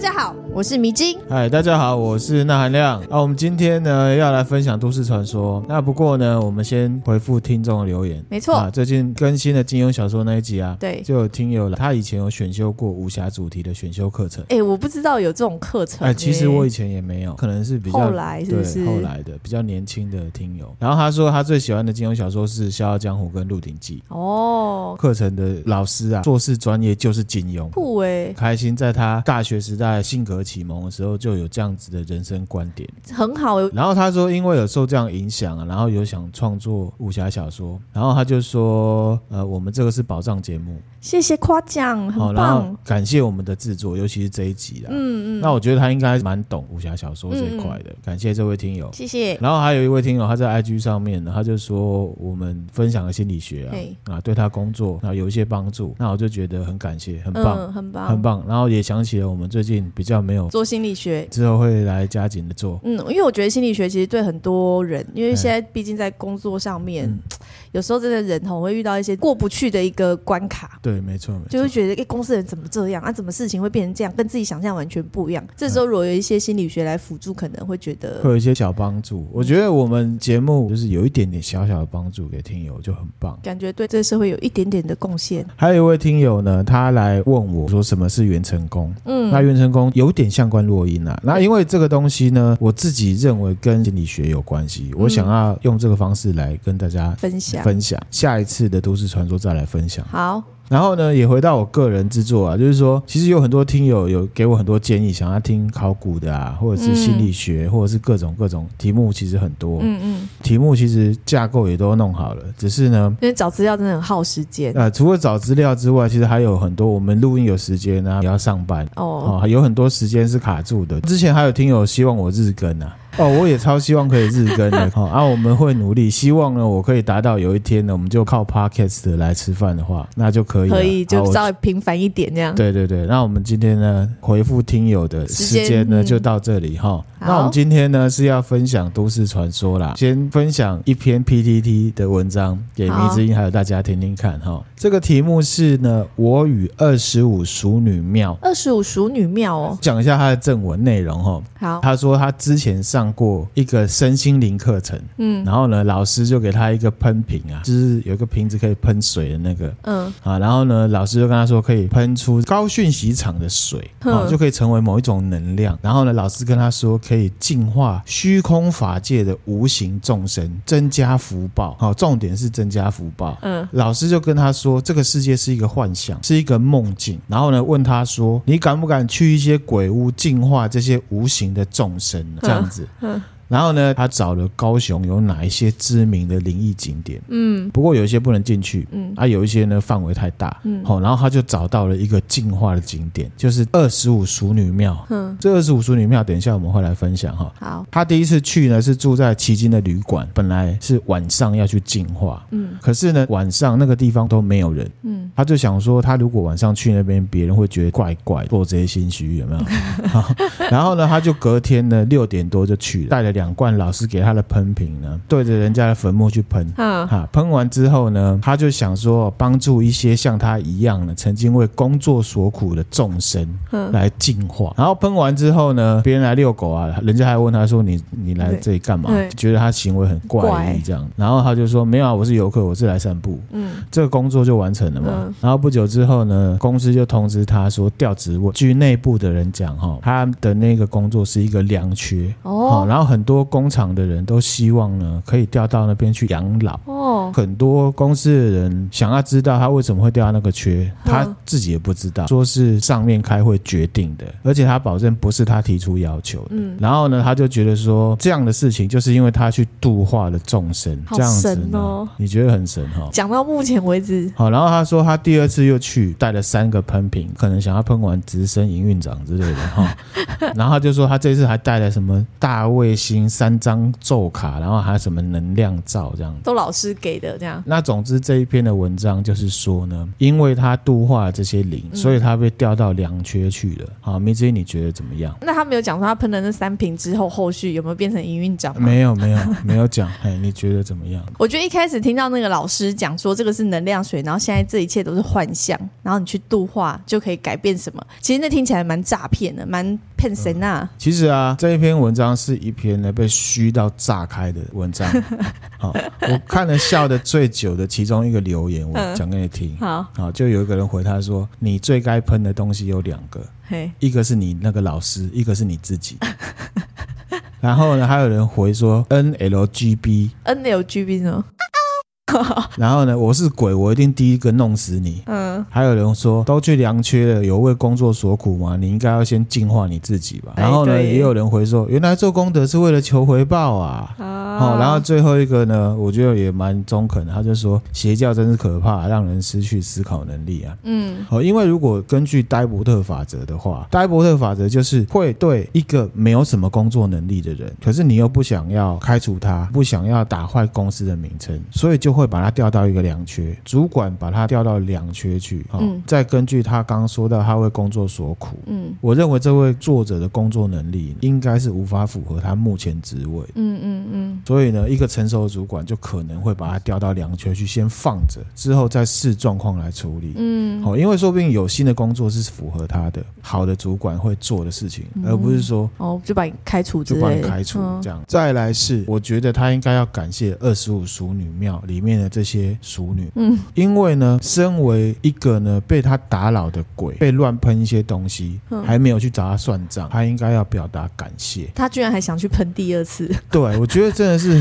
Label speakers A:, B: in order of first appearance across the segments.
A: 家好，我是迷津。
B: 嗨，大家好，我是那含亮啊。我们今天呢要来分享都市传说。那不过呢，我们先回复听众的留言。
A: 没错
B: 啊，最近更新的金庸小说那一集啊，
A: 对
B: 就有听友他以前有选修过武侠主题的选修课程。
A: 哎、我不知道有这种课程、
B: 哎，其实我以
A: 哎
B: 前也没有，可能是比较
A: 后来是不是
B: 对后来的比较年轻的听友。然后他说他最喜欢的金庸小说是《笑傲江湖》跟《鹿鼎记
A: 哦》，，
B: 课程的老师啊，做事专业就是金庸。
A: 酷哎、
B: 开心，在他大学时代性格启蒙的时候就有这样子的人生观点。
A: 很好哎、
B: 然后他说，因为有受这样影响啊，然后有想创作武侠小说，然后他就说，呃，我们这个是宝藏节目，
A: 谢谢夸奖，
B: 好、
A: 很
B: 然
A: 棒
B: 后。感谢我们的制作，尤其是这一集啦。
A: 嗯嗯，
B: 那我觉得他应该蛮懂武侠小说这一块的，感谢这位听友。
A: 谢谢。
B: 然后还有一位听友，他在 IG 上面呢，他就说我们分享的心理学
A: 嘿
B: 啊，啊，对他工作啊有一些帮助，那我就觉得很感谢，很棒，
A: 嗯，很棒，
B: 很。棒。然后也想起了我们最近比较没有，
A: 做心理学，
B: 之后会来加紧的做。
A: 嗯，因为我觉得心理学其实对很多人，因为
B: 嗯
A: 现在毕竟在工作上面，
B: 嗯
A: 有时候真的人吼会遇到一些过不去的一个关卡。
B: 对，没错，没错
A: 就会觉得，哎、公司人怎么这样啊？怎么事情会变成这样？跟自己想象完全不一样。这时候如果有一些心理学来辅助，可能会觉得
B: 会有一些小帮助。我觉得我们节目就是有一点点小小的帮助给听友，就很棒。
A: 感觉对这个社会有一点点的贡献。
B: 还有一位听友呢，他来问我说什么是元成功。
A: 嗯，
B: 那元成功有点像关落音啊，那因为这个东西呢，我自己认为跟心理学有关系，我想要用这个方式来跟大家
A: 分享
B: 分享，下一次的都市传说再来分享。
A: 好，
B: 然后呢，也回到我个人制作啊，就是说，其实有很多听友有给我很多建议，想要听考古的啊，或者是心理学，或者是各种各种题目，其实很多。
A: 嗯嗯，
B: 题目其实架构也都弄好了，只是呢，
A: 因为找资料真的很耗时间哦
B: 呃，除了找资料之外，其实还有很多我们录音有时间啊，也要上班
A: 哦。
B: 哦，有很多时间是卡住的。之前还有听友希望我日更啊，哦，我也超希望可以日 更的哦，啊，我们会努力，希望呢，我可以达到有一天呢，我们就靠 podcast 来吃饭的话，那就可以了，啊
A: 可以
B: 好
A: 就
B: 我
A: 稍微平凡一点这样。
B: 对对对，那我们今天呢回复听友的时
A: 时间
B: 间呢
A: 嗯
B: 就到这里哈。
A: 好
B: 那我们今天呢是要分享都市传说啦，先分享一篇 PTT 的文章给迷之音还有大家听听看哈。这个题目是呢，我与二十五熟女庙。
A: 二十五熟女庙哦，
B: 讲一下他的正文内容哈，
A: 好，
B: 他说他之前上过一个身心灵课程，
A: 嗯
B: 然后呢，老师就给他一个喷瓶啊，就是有一个瓶子可以喷水的那个，
A: 嗯，
B: 啊，然后呢，老师就跟他说可以喷出高讯息场的水，啊，
A: 嗯
B: 就可以成为某一种能量。然后呢，老师跟他说可以净化虚空法界的无形众生，增加福报。好、重点是增加福报。
A: 嗯，
B: 老师就跟他说，这个世界是一个幻想，是一个梦境。然后呢，问他说，你敢不敢去一些鬼屋净化这些无形的众生呢？这样子。
A: 嗯
B: 然后呢，他找了高雄有哪一些知名的灵异景点，
A: 嗯
B: 不过有一些不能进去，
A: 嗯
B: 啊，有一些呢范围太大，
A: 嗯
B: 好、然后他就找到了一个净化的景点，就是二十五熟女庙。
A: 嗯，
B: 这二十五熟女庙，等一下我们会来分享哈、
A: 好，
B: 他第一次去呢是住在旗津的旅馆，本来是晚上要去净化，
A: 嗯
B: 可是呢晚上那个地方都没有人，
A: 嗯，
B: 他就想说，他如果晚上去那边，别人会觉得怪怪，做贼心虚，有没 有？好然后呢，他就隔天呢六点多就去了，带了两罐老师给他的喷瓶呢，对着人家的坟墓去喷，
A: 嗯
B: 哈，喷完之后呢，他就想说帮助一些像他一样的曾经为工作所苦的众生
A: 嗯
B: 来净化。然后喷完之后呢，别人来遛狗啊，人家还问他说你你来这里干嘛
A: 对？
B: 觉得他行为很怪
A: 怪
B: 异这样。然后他就说没有啊，我是游客，我是来散步。
A: 嗯
B: 这个工作就完成了嘛。
A: 嗯
B: 然后不久之后呢，公司就通知他说调职位。据内部的人讲，哈，他的那个工作是一个良缺。哦，
A: 哦
B: 然后很多工厂的人都希望呢，可以调到那边去养老。
A: 哦，
B: 很多公司的人想要知道他为什么会掉到那个缺，
A: 嗯
B: 他自己也不知道，说是上面开会决定的，而且他保证不是他提出要求的。
A: 嗯，
B: 然后呢，他就觉得说这样的事情，就是因为他去度化了众生，
A: 好
B: 这样子
A: 神
B: 呢，
A: 哦
B: 你觉得很神哈、哦？
A: 讲到目前为止，
B: 好，然后他说他第二次又去带了三个喷瓶，可能想要喷完直升营运长之类的 哈。然后他就说他这次还带了什么大卫星三张咒卡，然后还有什么能量罩这样子。
A: 都老师给的这样。
B: 那总之这一篇的文章就是说呢，因为他度化了这些灵，所以他被调到良缺去了。好，梅子英你觉得怎么样？
A: 那他没有讲说他喷了那三瓶之后，后续有没有变成营运长吗？
B: 没有没有没有 讲，哎，你觉得怎么样？
A: 我觉得一开始听到那个老师讲说这个是能量水，然后现在这一切都是幻象，然后你去度化就可以改变什么。其实那听起来蛮诈骗的，蛮骗神啊。
B: 其实啊，这一篇文章是一篇呢被虚到炸开的文 章。好，我看了笑的最久的其中一个留言，我
A: 嗯
B: 讲给你听。
A: 好，
B: 好，就有一个人回他说：“你最该喷的东西有两个，
A: 嘿，
B: 一个是你那个老师，一个是你自己。”然后呢，还有人回说 “NLGB”，
A: NLGB 是吗？
B: 然后呢，我是鬼，我一定第一个弄死你。
A: 嗯，
B: 还有人说，都去良缺了，有为工作所苦吗？你应该要先净化你自己吧。
A: 哎
B: 然后呢，
A: 对
B: 也有人回说，原来做功德是为了求回报啊。
A: 啊
B: 好、然后最后一个呢，我觉得也蛮中肯的，他就说邪教真是可怕，让人失去思考能力啊。
A: 嗯，
B: 哦，因为如果根据呆伯特法则的话，呆伯特法则就是会对一个没有什么工作能力的人，可是你又不想要开除他，不想要打坏公司的名称，所以就会把他调到一个良缺，主管把他调到良缺去。哦，
A: 嗯
B: 再根据他刚刚说到他为工作所苦，
A: 嗯
B: 我认为这位作者的工作能力应该是无法符合他目前职位的。
A: 嗯嗯嗯，
B: 所以呢，一个成熟的主管就可能会把他调到良缺去，先放着，之后再视状况来处理。
A: 嗯，
B: 好、因为说不定有新的工作是符合他的好的主管会做的事情，
A: 嗯
B: 而不是说
A: 哦，就把你开除之
B: 就把
A: 类
B: 你
A: 的，
B: 开除
A: 嗯
B: 这样。再来是，我觉得他应该要感谢二十五熟女庙里面的这些熟女，
A: 嗯，
B: 因为呢，身为一个呢被他打扰的鬼，被乱喷一些东西，
A: 嗯
B: 还没有去找他算账，他应该要表达感谢。
A: 他居然还想去喷第二次，
B: 对，我觉得真的是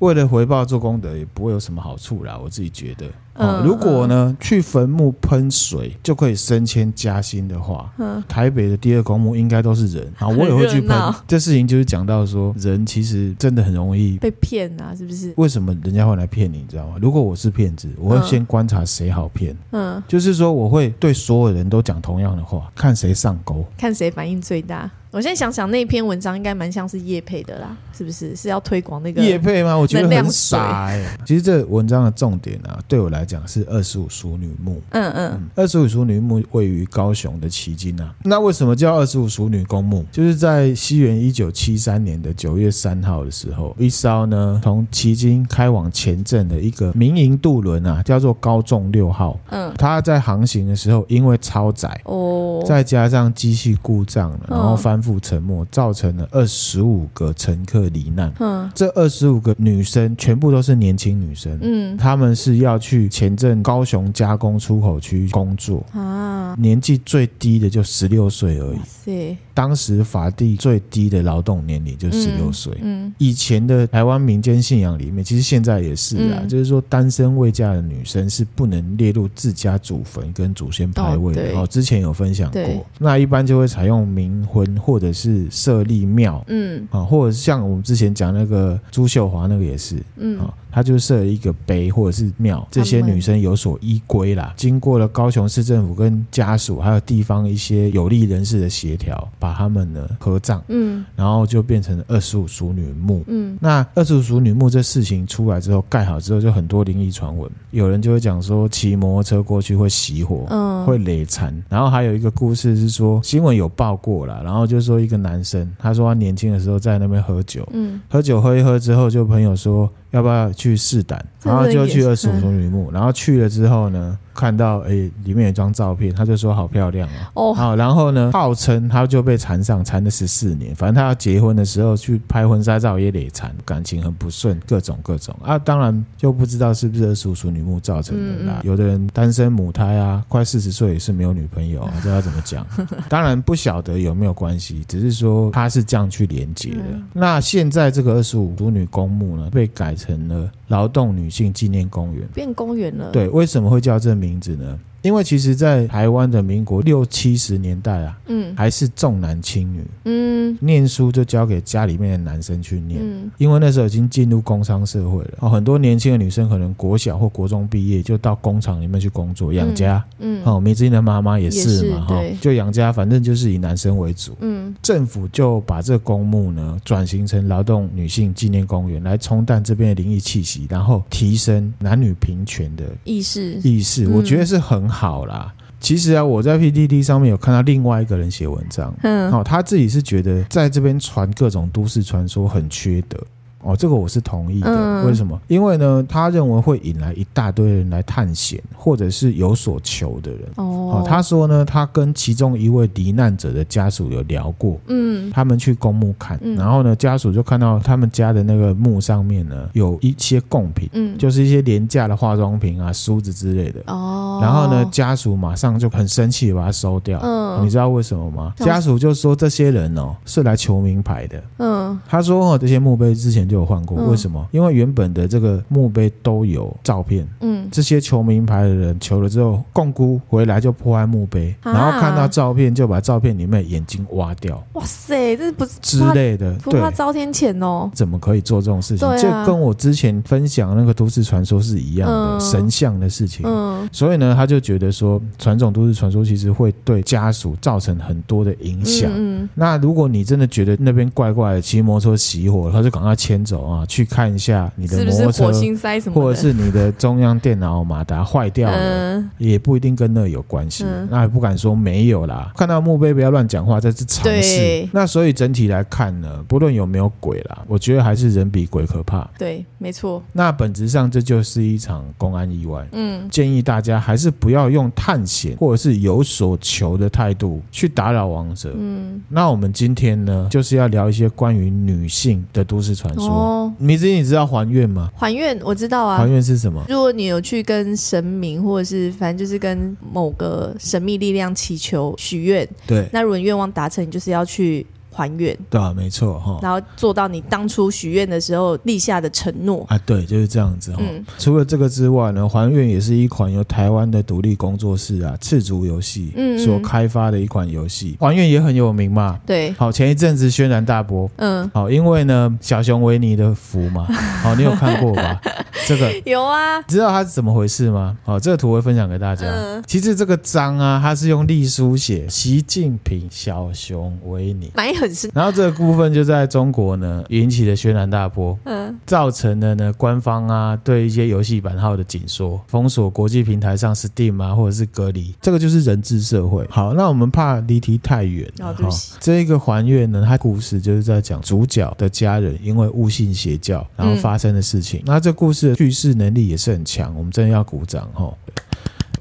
B: 为了回报做功德，也不会有什么好处啦。我自己觉得，哦
A: 嗯
B: 如果呢去坟墓喷水就可以升迁加薪的话，
A: 嗯
B: 台北的第二公墓应该都是人啊，我也会去
A: 很热
B: 喷
A: 闹。
B: 这事情就是讲到说，人其实真的很容易。
A: 被骗啊，是不是？
B: 为什么人家会来骗你？你知道吗？如果我是骗子，我会
A: 嗯
B: 先观察谁好骗，
A: 嗯，
B: 就是说我会对所有人都讲同样的话，看谁上钩。
A: 看谁反应最大。我现在想想，那篇文章应该蛮像是叶配的啦，是不是？是要推广那个
B: 叶配吗？我觉得
A: 能量
B: 很傻哎、其实这文章的重点啊，对我来讲是二十五淑女墓。
A: 嗯嗯，
B: 二十五淑女墓位于高雄的旗津啊。那为什么叫二十五淑女公墓？就是在西元一九七三年的九月三号的时候，一艘呢从旗津开往前镇的一个民营渡轮啊，叫做高中六号。
A: 嗯，
B: 它在航行的时候，因为超载，
A: 哦，
B: 再加上机器故障了，然后
A: 嗯
B: 翻覆沉没，造成了二十五个乘客罹难。
A: 嗯
B: 这二十五个女生全部都是年轻女生，
A: 嗯
B: 她们是要去前镇高雄加工出口区工作。
A: 啊，
B: 年纪最低的就十六岁而已
A: 哇，塞，
B: 当时法定最低的劳动年龄就十六岁。
A: 嗯
B: 以前的台湾民间信仰里面，其实现在也是啊，
A: 嗯
B: 就是说单身未嫁的女生是不能列入自家祖坟跟祖先牌位的。
A: 哦对
B: 哦，之前有分享
A: 对
B: 过。那一般就会采用冥婚或者是设立庙
A: 嗯
B: 啊，或者是像我们之前讲那个朱秀华那个也是
A: 嗯
B: 啊，他就设了一个碑或者是庙，这些
A: 他们
B: 女生有所依归啦。经过了高雄市政府跟家属还有地方一些有利人士的协调，把他们呢合葬，
A: 嗯
B: 然后就变成二十五淑女墓。
A: 嗯，
B: 那二十五淑女墓这事情出来之后，盖好之后就很多灵异传闻，有人就会讲说骑摩托车过去会熄火，
A: 嗯
B: 会累残。然后还有一个故事是说，新闻有报过啦，然后就说一个男生，他说他年轻的时候在那边喝酒，
A: 嗯
B: 喝酒喝一喝之后，就朋友说要不要去试胆，
A: 这
B: 然后就去二
A: 也
B: 十
A: 是
B: 五重女墓，然后去了之后呢，看到诶里面有一张照片，他就说好漂亮哦。
A: 哦，
B: 好，然后呢？号称他就被缠上，缠了十四年。反正他要结婚的时候去拍婚纱照也得缠，感情很不顺，各种各种啊。当然就不知道是不是二十五熟女墓造成的啦。
A: 嗯
B: 有的人单身母胎啊，快四十岁也是没有女朋 友、啊，这要怎么讲？当然不晓得有没有关系，只是说他是这样去连接的。
A: 嗯
B: 那现在这个二十五淑女公墓呢，被改成了劳动女性纪念公园。
A: 变公园了，
B: 对，为什么会叫这名字呢？因为其实，在台湾的民国六七十年代啊，
A: 嗯
B: 还是重男轻女，
A: 嗯
B: 念书就交给家里面的男生去念。
A: 嗯
B: 因为那时候已经进入工商社会了，哦，很多年轻的女生可能国小或国中毕业就到工厂里面去工作养家，
A: 嗯
B: 哦，梅子英的妈妈也是嘛，
A: 也是
B: 哈、
A: 对
B: 就养家，反正就是以男生为主。
A: 嗯
B: 政府就把这公墓呢转型成劳动女性纪念公园，来冲淡这边的灵异气息，然后提升男女平权的
A: 意识
B: 意识，
A: 嗯
B: 我觉得是很好啦。其实啊，我在 PDD 上面有看到另外一个人写文章，
A: 嗯
B: 哦，他自己是觉得在这边传各种都市传说很缺德。哦，这个我是同意的。
A: 嗯
B: 为什么？因为呢，他认为会引来一大堆人来探险，或者是有所求的人。
A: 哦
B: 哦，他说呢，他跟其中一位罹难者的家属有聊过，
A: 嗯
B: 他们去公墓看，
A: 嗯
B: 然后呢，家属就看到他们家的那个墓上面呢有一些贡品，
A: 嗯
B: 就是一些廉价的化妆品啊、梳子之类的。
A: 哦，
B: 然后呢，家属马上就很生气，把它收掉。
A: 嗯
B: 你知道为什么吗？
A: 那我
B: 家属就说这些人哦是来求名牌的。
A: 嗯
B: 他说哦，这些墓碑之前就有换过，
A: 嗯
B: 为什么？因为原本的这个墓碑都有照片。
A: 嗯
B: 这些求名牌的人求了之后，共估回来就破坏墓碑，
A: 啊
B: 然后看到照片就把照片里面的眼睛挖掉
A: 哇塞，这不是
B: 之类的。
A: 不
B: 对，
A: 怕遭天谴哦，
B: 怎么可以做这种事情？
A: 对啊
B: 这跟我之前分享那个都市传说是一样的，
A: 嗯
B: 神像的事情。
A: 嗯
B: 所以呢，他就觉得说，传统都市传说其实会对家属造成很多的影响。
A: 嗯
B: 那如果你真的觉得那边怪怪的，骑摩托车熄火，他就赶快牵走啊，去看一下你
A: 嗯，
B: 的
A: 是不
B: 摩
A: 是
B: 托车，
A: 火星塞什么的，
B: 或者是你的中央电脑马达坏掉了。
A: 嗯
B: 也不一定跟那有关系，
A: 嗯
B: 那也不敢说没有啦。看到墓碑不要乱讲话，这是常识
A: 对。
B: 那所以整体来看呢，不论有没有鬼啦，我觉得还是人比鬼可怕。
A: 对，没错，
B: 那本质上这就是一场公安意外。
A: 嗯
B: 建议大家还是不要用探险或者是有所求的态度去打扰王者。
A: 嗯
B: 那我们今天呢，就是要聊一些关于女性的都市传说。
A: 哦，
B: 米子，你知道还愿吗？
A: 还愿我知道啊，
B: 还愿是什么？
A: 如果你有去跟神明，或者是反正就是跟某个神秘力量祈求许愿，
B: 对，
A: 那如果你愿望达成，你就是要去还愿，
B: 对啊，没错哈。
A: 然后做到你当初许愿的时候立下的承诺。
B: 啊，对，就是这样子哈。
A: 嗯
B: 除了这个之外呢，还愿也是一款由台湾的独立工作室啊赤足游戏
A: 嗯嗯
B: 所开发的一款游戏。还愿也很有名嘛，
A: 对，
B: 好，前一阵子轩然大波，
A: 嗯，
B: 好，哦因为呢，小熊维尼的服嘛，哦好，你有看过吧？这个
A: 有啊，
B: 知道它是怎么回事吗？好，这个图我会分享给大家。
A: 嗯
B: 其实这个章啊，它是用隶书写习近平、小熊维尼。
A: 蛮狠是，
B: 然后这个部分就在中国呢引起了轩然大波，
A: 嗯
B: 造成了呢官方啊对一些游戏版号的紧缩、封锁国际平台上 Steam 啊或者是隔离，这个就是人治社会。好，那我们怕离题太远了
A: 哦对不起
B: 这一个还愿呢，它故事就是在讲主角的家人因为误信邪教然后发生的事
A: 嗯
B: 情。那这故事的叙事能力也是很强，我们真的要鼓掌哈。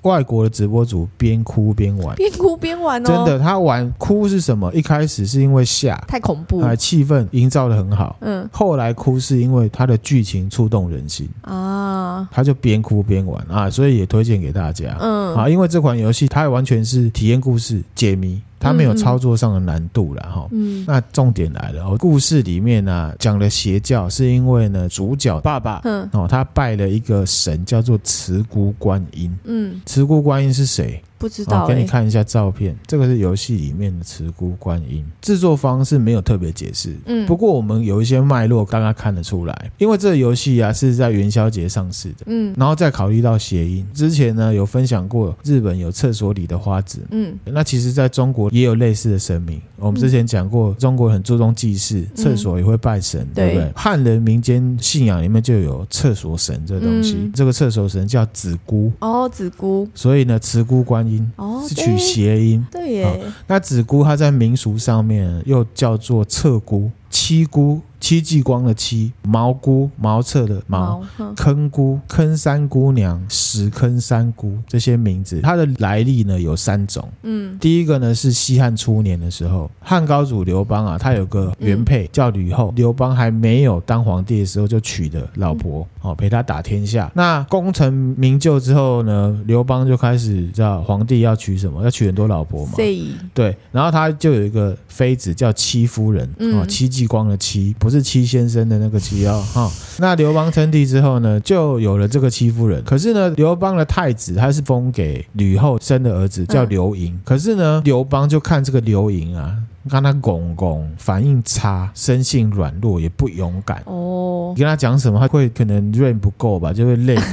B: 外国的直播主边哭边玩，
A: 边哭边玩哦，
B: 真的，他玩哭是什么？一开始是因为吓，
A: 太恐怖，
B: 啊，气氛营造的很好。
A: 嗯
B: 后来哭是因为它的剧情触动人心，
A: 啊，
B: 他就边哭边玩啊，所以也推荐给大家。
A: 嗯
B: 啊，因为这款游戏它完全是体验故事解谜，它没有
A: 嗯嗯
B: 操作上的难度啦。哈。
A: 嗯
B: 那重点来了哦，故事里面呢、啊讲的邪教是因为呢主角爸爸
A: 嗯
B: 哦他拜了一个神叫做慈姑观音，
A: 嗯，
B: 慈姑观音是谁？
A: 不知
B: 啊，
A: 道
B: 给你
A: 哎，
B: 看一下照片，这个是游戏里面的慈姑观音，制作方是没有特别解释。
A: 嗯
B: 不过我们有一些脉络，刚刚看得出来，因为这个游戏啊是在元宵节上市的，
A: 嗯
B: 然后再考虑到谐音，之前呢有分享过日本有厕所里的花子，
A: 嗯
B: 那其实在中国也有类似的神明。我们之前讲过，中国很注重祭祀，厕所也会拜神，对不对
A: 嗯对？
B: 汉人民间信仰里面就有厕所神这东西，
A: 嗯
B: 这个厕所神叫子姑，
A: 哦，子姑
B: 所以呢慈姑观音。
A: 哦，
B: 是取
A: 对
B: 谐音，
A: 对耶，
B: 那子姑它在民俗上面又叫做侧姑、七姑、戚继光的戚、毛姑、茅厕的毛、
A: 毛，嗯
B: 坑姑、坑三姑娘、屎坑三姑这些名字，它的来历呢有三种。
A: 嗯
B: 第一个呢是西汉初年的时候，汉高祖刘邦啊，他有个原配叫吕后，刘邦还没有当皇帝的时候就娶的老婆，哦，陪他打天下。那功成名就之后呢，刘邦就开始知道皇帝要娶什么，要娶很多老婆嘛。
A: ，say，
B: 对，然后他就有一个妃子叫戚夫人，
A: 嗯
B: 哦，戚继光的戚，不是戚先生的那个戚哦，哈。那刘邦称帝之后呢，就有了这个戚夫人。可是呢，刘邦的太子他是封给吕后生的儿子，叫
A: 嗯
B: 刘盈。可是呢，刘邦就看这个刘盈啊，看他公公反应差，生性软弱，也不勇敢。
A: 哦
B: 你，跟他讲什么，他会可能 rain 不够吧，就会累个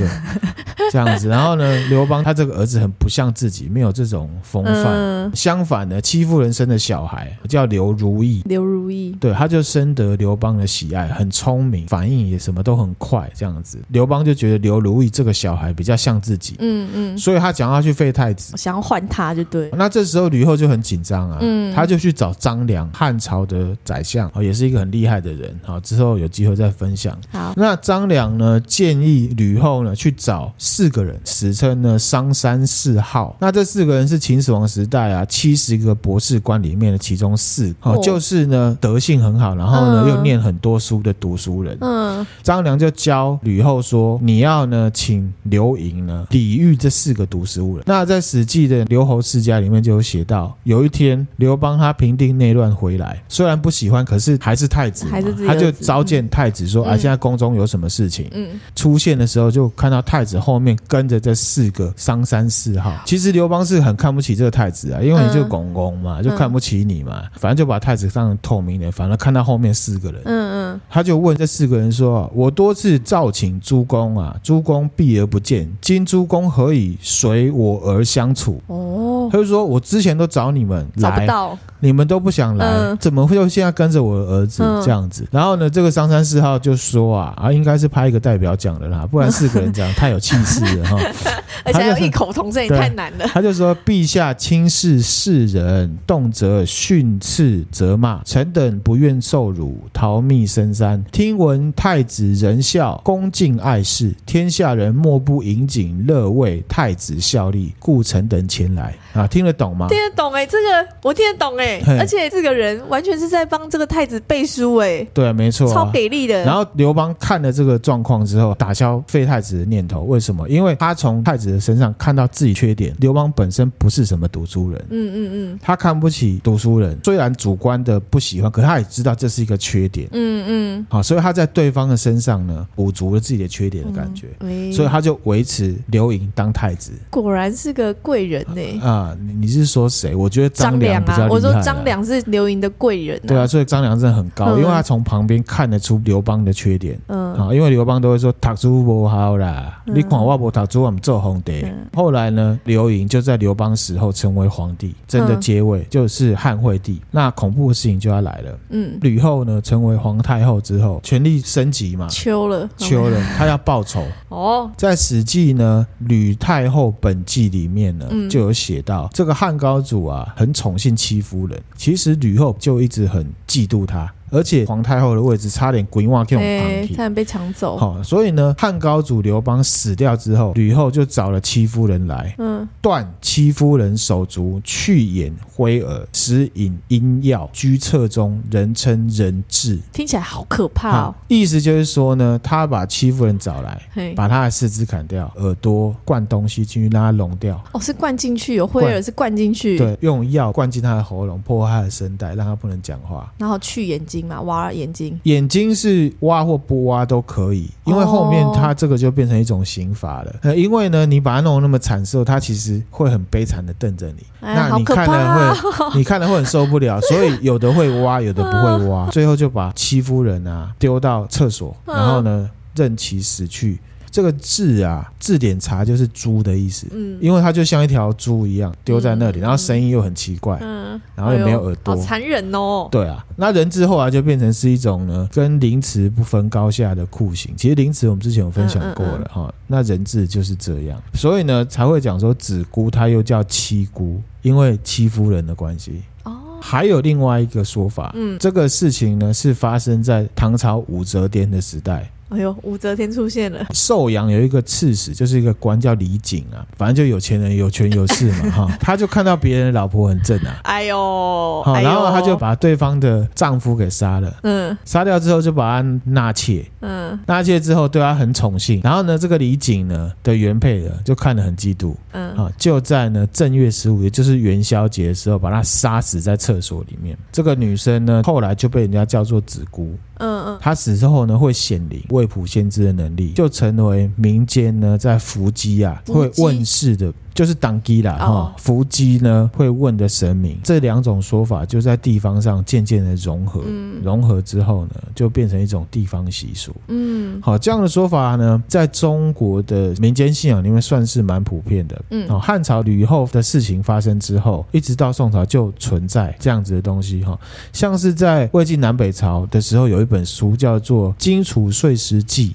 B: 这样子。然后呢，刘邦他这个儿子很不像自己，没有这种风范。
A: 嗯，
B: 相反的，欺负人生的小孩叫刘如意，
A: 刘如意，
B: 对，他就深得刘邦的喜爱，很聪明，反应也什么都很快，这样子。刘邦就觉得刘如意这个小孩比较像自己，
A: 嗯嗯，
B: 所以他想要去废太子。
A: 想要换他就对，
B: 那这时候吕后就很紧张啊，
A: 嗯
B: 他就去找张良，汉朝的宰相，哦，也是一个很厉害的人，好、之后有机会再分享。
A: 好，
B: 那张良呢，建议吕后呢去找四个人，史称呢商山四号。那这四个人是秦始皇时代啊七十个博士官里面的其中四个，哦，
A: 哦
B: 就是呢德性很好，然后呢、
A: 嗯
B: 又念很多书的读书人。
A: 嗯
B: 张良就教吕后说，你要呢请刘盈呢礼遇这四个读书人。那在《史记》的刘侯世家里面就有写到，有一天刘邦他平定内乱回来，虽然不喜欢，可是还是太子嘛，
A: 还是自己
B: 他就
A: 儿子
B: 召见太子说，啊，
A: 嗯
B: 现在宫中有什么事情？
A: 嗯，
B: 出现的时候，就看到太子后面跟着这四个商山四
A: 嗯
B: 号。其实刘邦是很看不起这个太子啊，因为你就公公
A: 嗯
B: 嘛，就看不起你嘛，反正就把太子当成透明人，反正看到后面四个人。
A: 嗯嗯，
B: 他就问这四个人说：“我多次召请诸公啊，诸公避而不见，今诸公何以随我而相处？”
A: 哦
B: 他，就说：“我之前都找你们
A: 找不
B: 来，
A: 到，
B: 你们都不想来，
A: 嗯
B: 怎么会又现在跟着我的儿子、
A: 嗯
B: 这样子？然后呢，这个商山四号就说啊啊，应该是派一个代表讲的啦，不然四个人讲太有气势了哈。
A: 而且还有异口同声，也
B: 对
A: 太难了，
B: 他就说，陛下轻视世人，动辄训斥责骂，臣等不愿受辱，逃密深山。听闻太子仁孝，恭敬爱事，天下人莫不引颈乐为太子效力，故臣等前来啊，听得懂吗？
A: 听得懂哎，这个我听得懂哎
B: 嘿，
A: 而且这个人完全是在帮这个太子背书哎，
B: 对，没错、啊，
A: 超给力的，
B: 然后刘邦看了这个状况之后，打消废太子的念头。为什么？因为他从太子的身上看到自己缺点。刘邦本身不是什么读书人，
A: 嗯，嗯嗯
B: 他看不起读书人，虽然主观的不喜欢，可他也知道这是一个缺点。
A: 嗯嗯
B: 好，所以他在对方的身上呢，补足了自己的缺点的感觉。
A: 嗯，哎
B: 所以他就维持刘盈当太子
A: 果然是个贵人呢。
B: 啊！你你是说谁？我觉得张良
A: 良
B: 比较厉害、
A: 啊，我说张。良是刘盈的贵人，
B: 对啊，，所以张良真的很高，
A: 嗯
B: 因为他从旁边看得出刘邦的缺点。
A: 嗯
B: 啊，因为刘邦都会说读书不好啦，
A: 嗯
B: 你看我不读书，我们做皇帝。
A: 嗯
B: 后来呢，刘盈就在刘邦死后成为皇帝，真的接位、就是汉惠帝。那恐怖的事情就要来了，
A: 嗯，
B: 吕后呢成为皇太后之后，权力升级嘛，
A: 秋了，
B: 求了她要报仇。
A: 哦，
B: 在《史记》呢，《吕太后本纪》里面呢，
A: 嗯
B: 就有写到这个汉高祖啊，很宠幸戚夫人，其实吕后就一直很嫉妒她，而且皇太后的位置差点滚瓦给我们
A: 哎，
B: 扛
A: 差点被抢走，
B: 好、所以呢，汉高祖刘邦死掉之后，吕后就找了戚夫人来，
A: 嗯，
B: 断戚夫人手足，去眼灰耳，食饮阴药，居侧中，人称人质。
A: 听起来好可怕哦
B: 好，意思就是说呢，他把戚夫人找来，
A: 嘿，
B: 把她的四肢砍掉，耳朵灌东西进去，让她聋掉。
A: 哦，是灌进去，有灰耳是灌进去，
B: 对，用药灌进她的喉咙，破坏她的声带，让她不能讲话。
A: 然后去眼睛嘛，挖眼睛，
B: 眼睛是挖或不挖都可以，因为后面他这个就变成一种刑罚了。
A: 哦
B: 呃，因为呢，你把它弄得那么惨的时候，他其实会很悲惨的瞪着你，
A: 哎
B: 那你
A: 好可
B: 看
A: 怕
B: 了会，你看了会很受不了， 所以有的会挖，有的不会挖，最后就把戚夫人啊丢到厕所，
A: 哦嗯
B: 然后呢任其死去。这个字啊，字典查就是猪的意思。
A: 嗯
B: 因为它就像一条猪一样丢在那里，
A: 嗯
B: 然后声音又很奇怪，
A: 嗯，
B: 然后又没有
A: 哎呦
B: 耳朵，
A: 好残忍哦，
B: 对啊，那人质后来就变成是一种呢，跟凌迟不分高下的酷刑。其实凌迟我们之前有分享过
A: 嗯
B: 了哈、那人质就是这样，所以呢才会讲说子姑她又叫七姑，因为戚夫人的关系。
A: 哦，
B: 还有另外一个说法，
A: 嗯
B: 这个事情呢是发生在唐朝武则天的时代。
A: 哎呦，武则天出现了，
B: 寿阳有一个刺史，就是一个官叫李景啊，反正就有钱人有权有势嘛哈，他就看到别人的老婆很正啊，
A: 哎呦，
B: 好、
A: 哎呦
B: 然后他就，把对方的丈夫给杀了。
A: 嗯
B: 杀掉之后就把他纳妾，
A: 嗯
B: 纳妾之后对他很宠幸。然后呢，这个李景呢的原配呢就看得很嫉妒
A: 嗯，
B: 啊，就在呢正月十五，也就是元宵节的时候，把他杀死在厕所里面。这个女生呢后来就被人家叫做子姑。
A: 嗯嗯
B: 他死后呢会显灵，未卜先知的能力就成为民间呢在伏击啊
A: 伏
B: 会
A: 击
B: 问世的，就是党基啦
A: 哦
B: 哈。伏击呢会问的神明，这两种说法就在地方上渐渐的融合，融合之后呢就变成一种地方习俗。
A: 嗯
B: 好，这样的说法呢，在中国的民间信仰里面算是蛮普遍的。
A: 嗯
B: 哦，汉朝吕后的事情发生之后，一直到宋朝就存在这样子的东西哈、像是在魏晋南北朝的时候，有一本书叫做《荆楚岁时记》，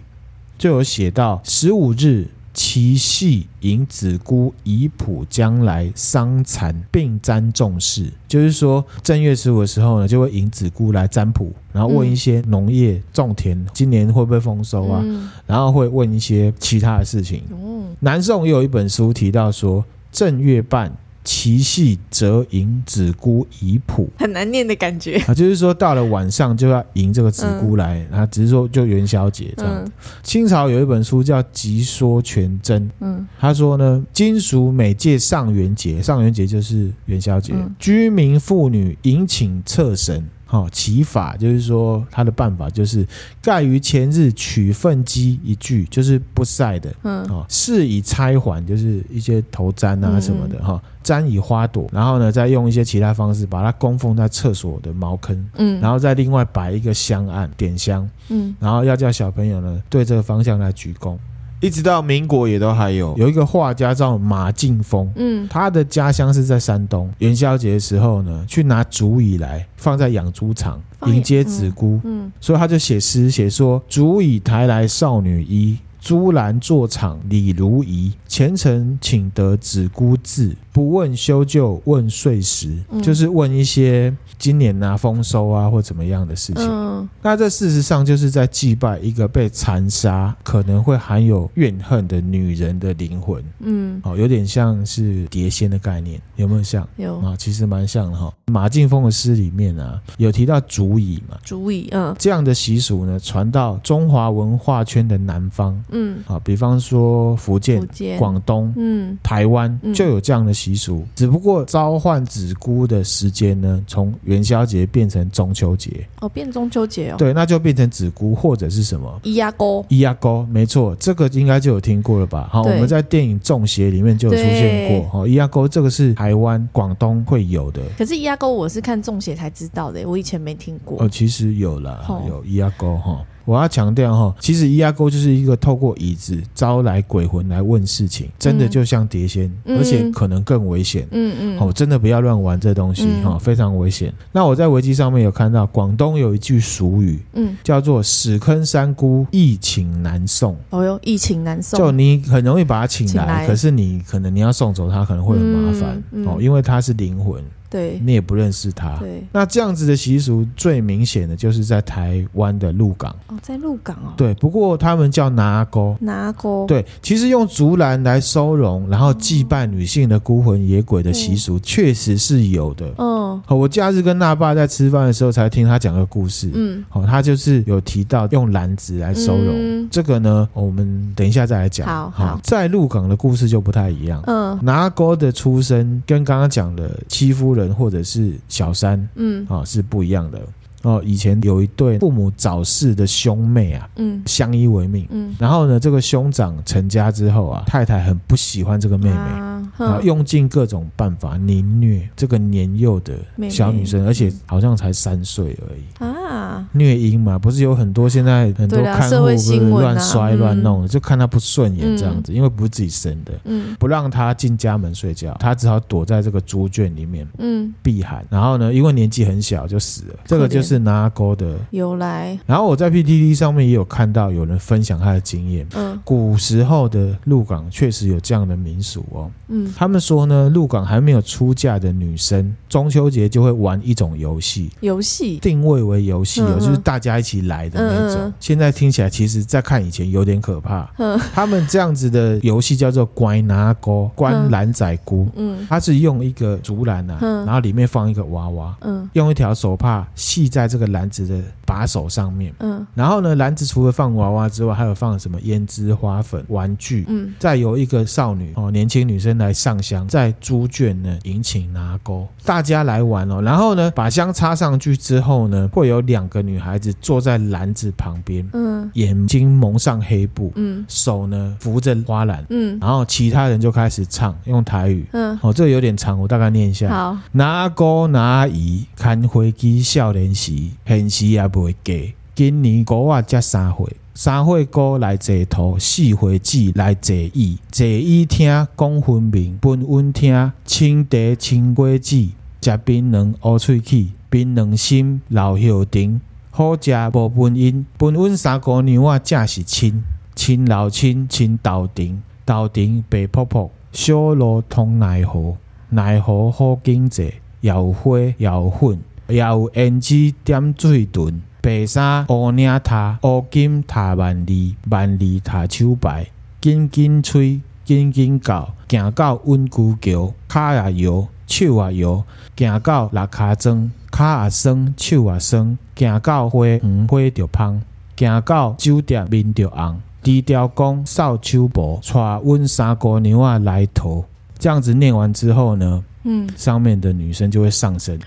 B: 就有写到十五日。其系迎子姑以卜将来伤残并占重视，就是说正月十五的时候呢，就会迎子姑来占卜，然后问一些农业种田今年会不会丰收啊，
A: 嗯
B: 然后会问一些其他的事情。
A: 哦，
B: 南宋也有一本书提到说，正月半，其系则迎子姑以卜。
A: 很难念的感觉。
B: 啊，就是说到了晚上就要迎这个子姑来，啊，只是说就元宵节这样。
A: 嗯
B: 清朝有一本书叫《集说全真》，
A: 嗯
B: 他说呢，金属每届上元节，上元节就是元宵节，
A: 嗯
B: 居民妇女迎请厕神。好、其法就是说，他的办法就是盖于前日取粪鸡一具，就是不晒的，
A: 嗯
B: 哦，是以钗环，就是一些头簪啊
A: 嗯
B: 什么的哈、簪以花朵，然后呢，再用一些其他方式把它供奉在厕所的茅坑，
A: 嗯，
B: 然后再另外摆一个香案点香，
A: 嗯
B: 然后要叫小朋友呢对这个方向来鞠躬，一直到民国也都还有。有一个画家叫马劲峰。
A: 嗯
B: 他的家乡是在山东，元宵节的时候呢，去拿竹椅来放在养猪场
A: 放
B: 迎接子姑，
A: 哎嗯
B: 所以他就写诗，写说：“竹以台来少女衣，朱兰坐场李如仪。前程请得子姑字，不问修旧问岁时。
A: 嗯
B: 就是问一些今年啊丰收啊或怎么样的事情。
A: 嗯
B: 那这事实上就是在祭拜一个被残杀、可能会含有怨恨的女人的灵魂。
A: 嗯，
B: 哦，有点像是碟仙的概念，有没有像？
A: 有
B: 啊，其实蛮像的哈、马劲峰的诗里面啊，有提到竹椅嘛，
A: 主语。嗯
B: 这样的习俗呢，传到中华文化圈的南方
A: 嗯，
B: 啊，比方说福
A: 福
B: 建、
A: 建。
B: 广东、
A: 嗯
B: 台湾
A: 嗯
B: 就有这样的习俗。只不过召唤子姑的时间呢，从元宵节变成中秋节，
A: 哦，变中秋节哦。
B: 对，那就变成子姑或者是什么。
A: 咿呀沟。
B: 咿呀沟，没错，这个应该就有听过了吧？好，我
A: 对
B: 们在电影《中邪》里面就有出现过。好，咿呀沟这个是台湾、广东会有的。
A: 可是咿呀沟我是看中邪才知道的，我以前没听过。
B: 哦，其实有啦，
A: 哦
B: 有咿呀沟哈。我要强调哈，其实咿呀沟就是一个透过椅子招来鬼魂来问事情，真的
A: 嗯
B: 就像碟仙，
A: 嗯
B: 而且可能更危险。
A: 嗯
B: 哦，
A: 嗯
B: 真的不要乱玩这东西哈、
A: 嗯
B: 非常危险。那我在维基上面有看到，广东有一句俗语
A: 嗯，
B: 叫做“屎坑三姑，一请难送
A: 哦哟，疫情难”，
B: 就
A: 受。
B: 你很容易把它请来，
A: 请来
B: 可是你可能你要送走它，可能会很麻烦、
A: 嗯嗯
B: 哦，因为它是灵魂，
A: 对
B: 你也不认识它。
A: 对。
B: 那这样子的习俗最明显的就是在台湾的鹿港，
A: 哦，在鹿港哦。。
B: 对，不过他们叫拿钩。
A: 拿沟。。
B: 对，其实用竹篮来收容，然后祭
A: 哦
B: 拜女性的孤魂野鬼的习俗，确实是有的。
A: 嗯
B: 好，我假日跟那爸在吃饭的时候，才听他讲个故事。
A: 嗯。
B: 好、他就是有提到用篮子来收容，
A: 嗯
B: 这个呢，我们等一下再来讲。
A: 好好
B: 在鹿港的故事就不太一样。
A: 嗯
B: 拿钩的出身跟刚刚讲的戚夫人或者是小三
A: 嗯
B: 啊、是不一样的。哦，以前有一对父母早逝的兄妹啊，
A: 嗯
B: 相依为命。
A: 嗯。
B: 然后呢，这个兄长成家之后啊，太太很不喜欢这个妹妹，
A: 啊
B: 然后
A: 哼
B: 用尽各种办法凌虐这个年幼的小女生，
A: 妹妹
B: 而且好像才三岁而已。
A: 啊，
B: 虐婴嘛，不是有很多现在很多
A: 对啊
B: 看护
A: 社会
B: 不是
A: 新闻啊
B: 乱摔
A: 嗯
B: 乱弄的，就看她不顺眼这样子，因为不是自己生的，
A: 嗯
B: 不让她进家门睡觉，她只好躲在这个猪圈里面
A: 嗯，
B: 避寒。然后呢，因为年纪很小就死了，这个就是拿钩的。
A: 有来，
B: 然后我在 PTT 上面也有看到有人分享他的经验，
A: 嗯
B: 古时候的鹿港确实有这样的民俗哦。
A: 嗯
B: 他们说呢，鹿港还没有出嫁的女生，中秋节就会玩一种游戏，
A: 游戏，
B: 定位为游戏哦，
A: 嗯嗯
B: 就是大家一起来的那
A: 嗯
B: 种
A: 嗯。
B: 现在听起来，其实再看以前有点可怕。
A: 嗯
B: 他们这样子的游戏叫做拐拿钩、关篮仔菇，
A: 嗯
B: 它是用一个竹篮啊，
A: 嗯
B: 然后里面放一个娃娃，
A: 嗯
B: 用一条手帕系在这个篮子的把手上面。
A: 嗯
B: 然后呢，篮子除了放娃娃之外，还有放什么胭脂、花粉、玩具。
A: 嗯
B: 再由一个少女哦，年轻女生来上香，在猪圈呢引请拿钩，大家来玩哦。然后呢，把香插上去之后呢，会有两个女孩子坐在篮子旁边，
A: 嗯
B: 眼睛蒙上黑布，
A: 嗯
B: 手呢扶着花篮，
A: 嗯
B: 然后其他人就开始唱，用台语。
A: 嗯，
B: 哦，这个有点长，我大概念一下。
A: 好，
B: 拿姑拿姨，牵回去少年时，现时也袂嫁。今年姑啊才三岁，三岁姑来坐土，四岁子来坐椅，坐椅听讲分明，分温听清茶清果子，食槟榔乌喙齿，槟榔心老叶丁，好食无分因，分阮三姑娘啊正是亲，亲老亲亲豆丁，豆丁白扑扑，小路通奈何。奈何好景济，也有花，也有粉，也有胭脂点水唇。白衫乌领塔，乌金塔万里，万里塔手牌，紧紧吹，紧紧到，行到温姑桥，骹也摇，手也摇，行到六骹庄，骹也酸，手也酸，行到花园花就芳。行到酒店面就红，低调讲扫手婆，带阮三姑娘啊来投。这样子念完之后呢，
A: 嗯
B: 上面的女生就会上身，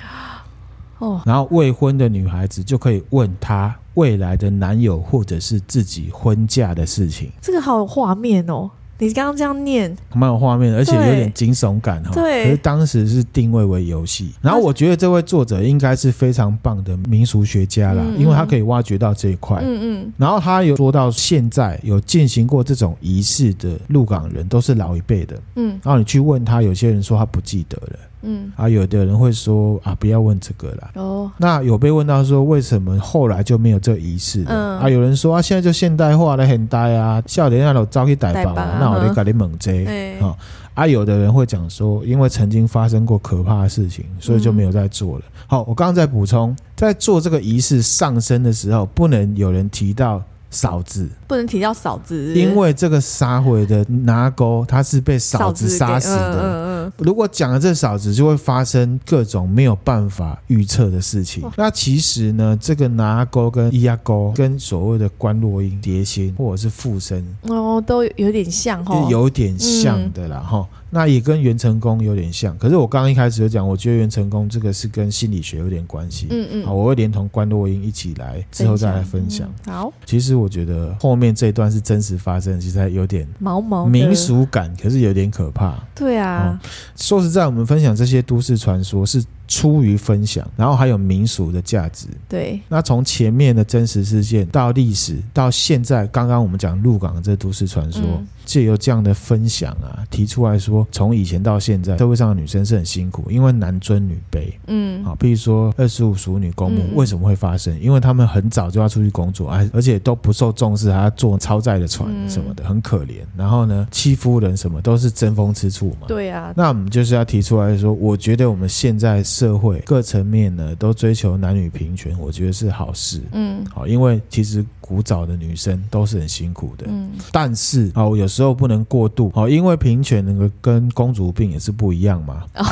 A: 哦，
B: 然后未婚的女孩子就可以问她未来的男友或者是自己婚嫁的事情，
A: 这个好有画面哦。你刚刚这样念，
B: 蛮有画面的，而且有
A: 对
B: 点惊悚感哈。
A: 对
B: 可是当时是定位为游戏，然后我觉得这位作者应该是非常棒的民俗学家啦，
A: 嗯
B: 因为他可以挖掘到这一块。
A: 嗯嗯，
B: 然后他有说到，现在有进行过这种仪式的鹿港人都是老一辈的。
A: 嗯
B: 然后你去问他，有些人说他不记得了，
A: 嗯，
B: 啊，有的人会说啊，不要问这个啦。
A: 哦，
B: 那有被问到说为什么后来就没有这个仪式了？
A: 嗯
B: 啊，有人说啊，现在就现代化了，很呆啊，笑脸那种招去逮
A: 逮
B: 包
A: 包
B: 啊
A: 啊，
B: 那我得给你猛追。
A: 哎
B: 好啊，有的人会讲说，因为曾经发生过可怕的事情，所
A: 嗯
B: 以就没有再做了。好，我刚刚在补充，在做这个仪式上身的时候，不能有人提到嫂子，
A: 不能提到嫂子，
B: 因为这个杀回的拿钩，他是被嫂子
A: 给
B: 杀死的。
A: 嗯嗯
B: 如果讲了这嫂子，就会发生各种没有办法预测的事情
A: 哇。
B: 那其实呢，这个拿钩跟咿呀钩跟所谓的关落音、碟仙或者是附身，
A: 嗯，哦，都有点像哦
B: 就
A: 哈，
B: 有点像的啦哈、那也跟元成功有点像，可是我刚刚一开始就讲，我觉得元成功这个是跟心理学有点关系。
A: 嗯嗯，
B: 好，我会连同关落音一起来，之后再来分享。
A: 嗯好，
B: 其实我觉得后面这一段是真实发生，其实还有点
A: 毛毛的
B: 民，俗感，可是有点可怕。
A: 对啊，
B: 说实在，我们分享这些都市传说是出于分享，然后还有民俗的价值。
A: 对，
B: 那从前面的真实事件到历史，到现在刚刚我们讲鹿港的这都市传说
A: 嗯，
B: 借、由这样的分享啊，提出来说，从以前到现在，社会上的女生是很辛苦，因为男尊女卑。
A: 嗯
B: 啊，比如说二十五熟女公墓
A: 嗯
B: 为什么会发生？因为他们很早就要出去工作，而而且都不受重视，还要坐超载的船
A: 嗯
B: 什么的，很可怜。然后呢，欺负人什么都是争风吃醋嘛。
A: 对啊，
B: 那我们就是要提出来说，我觉得我们现在社会各层面呢都追求男女平权，我觉得是好事。
A: 嗯
B: 好，因为其实古早的女生都是很辛苦的，
A: 嗯
B: 但是哦，有时候不能过度哦，因为平权那个跟公主病也是不一样嘛，啊、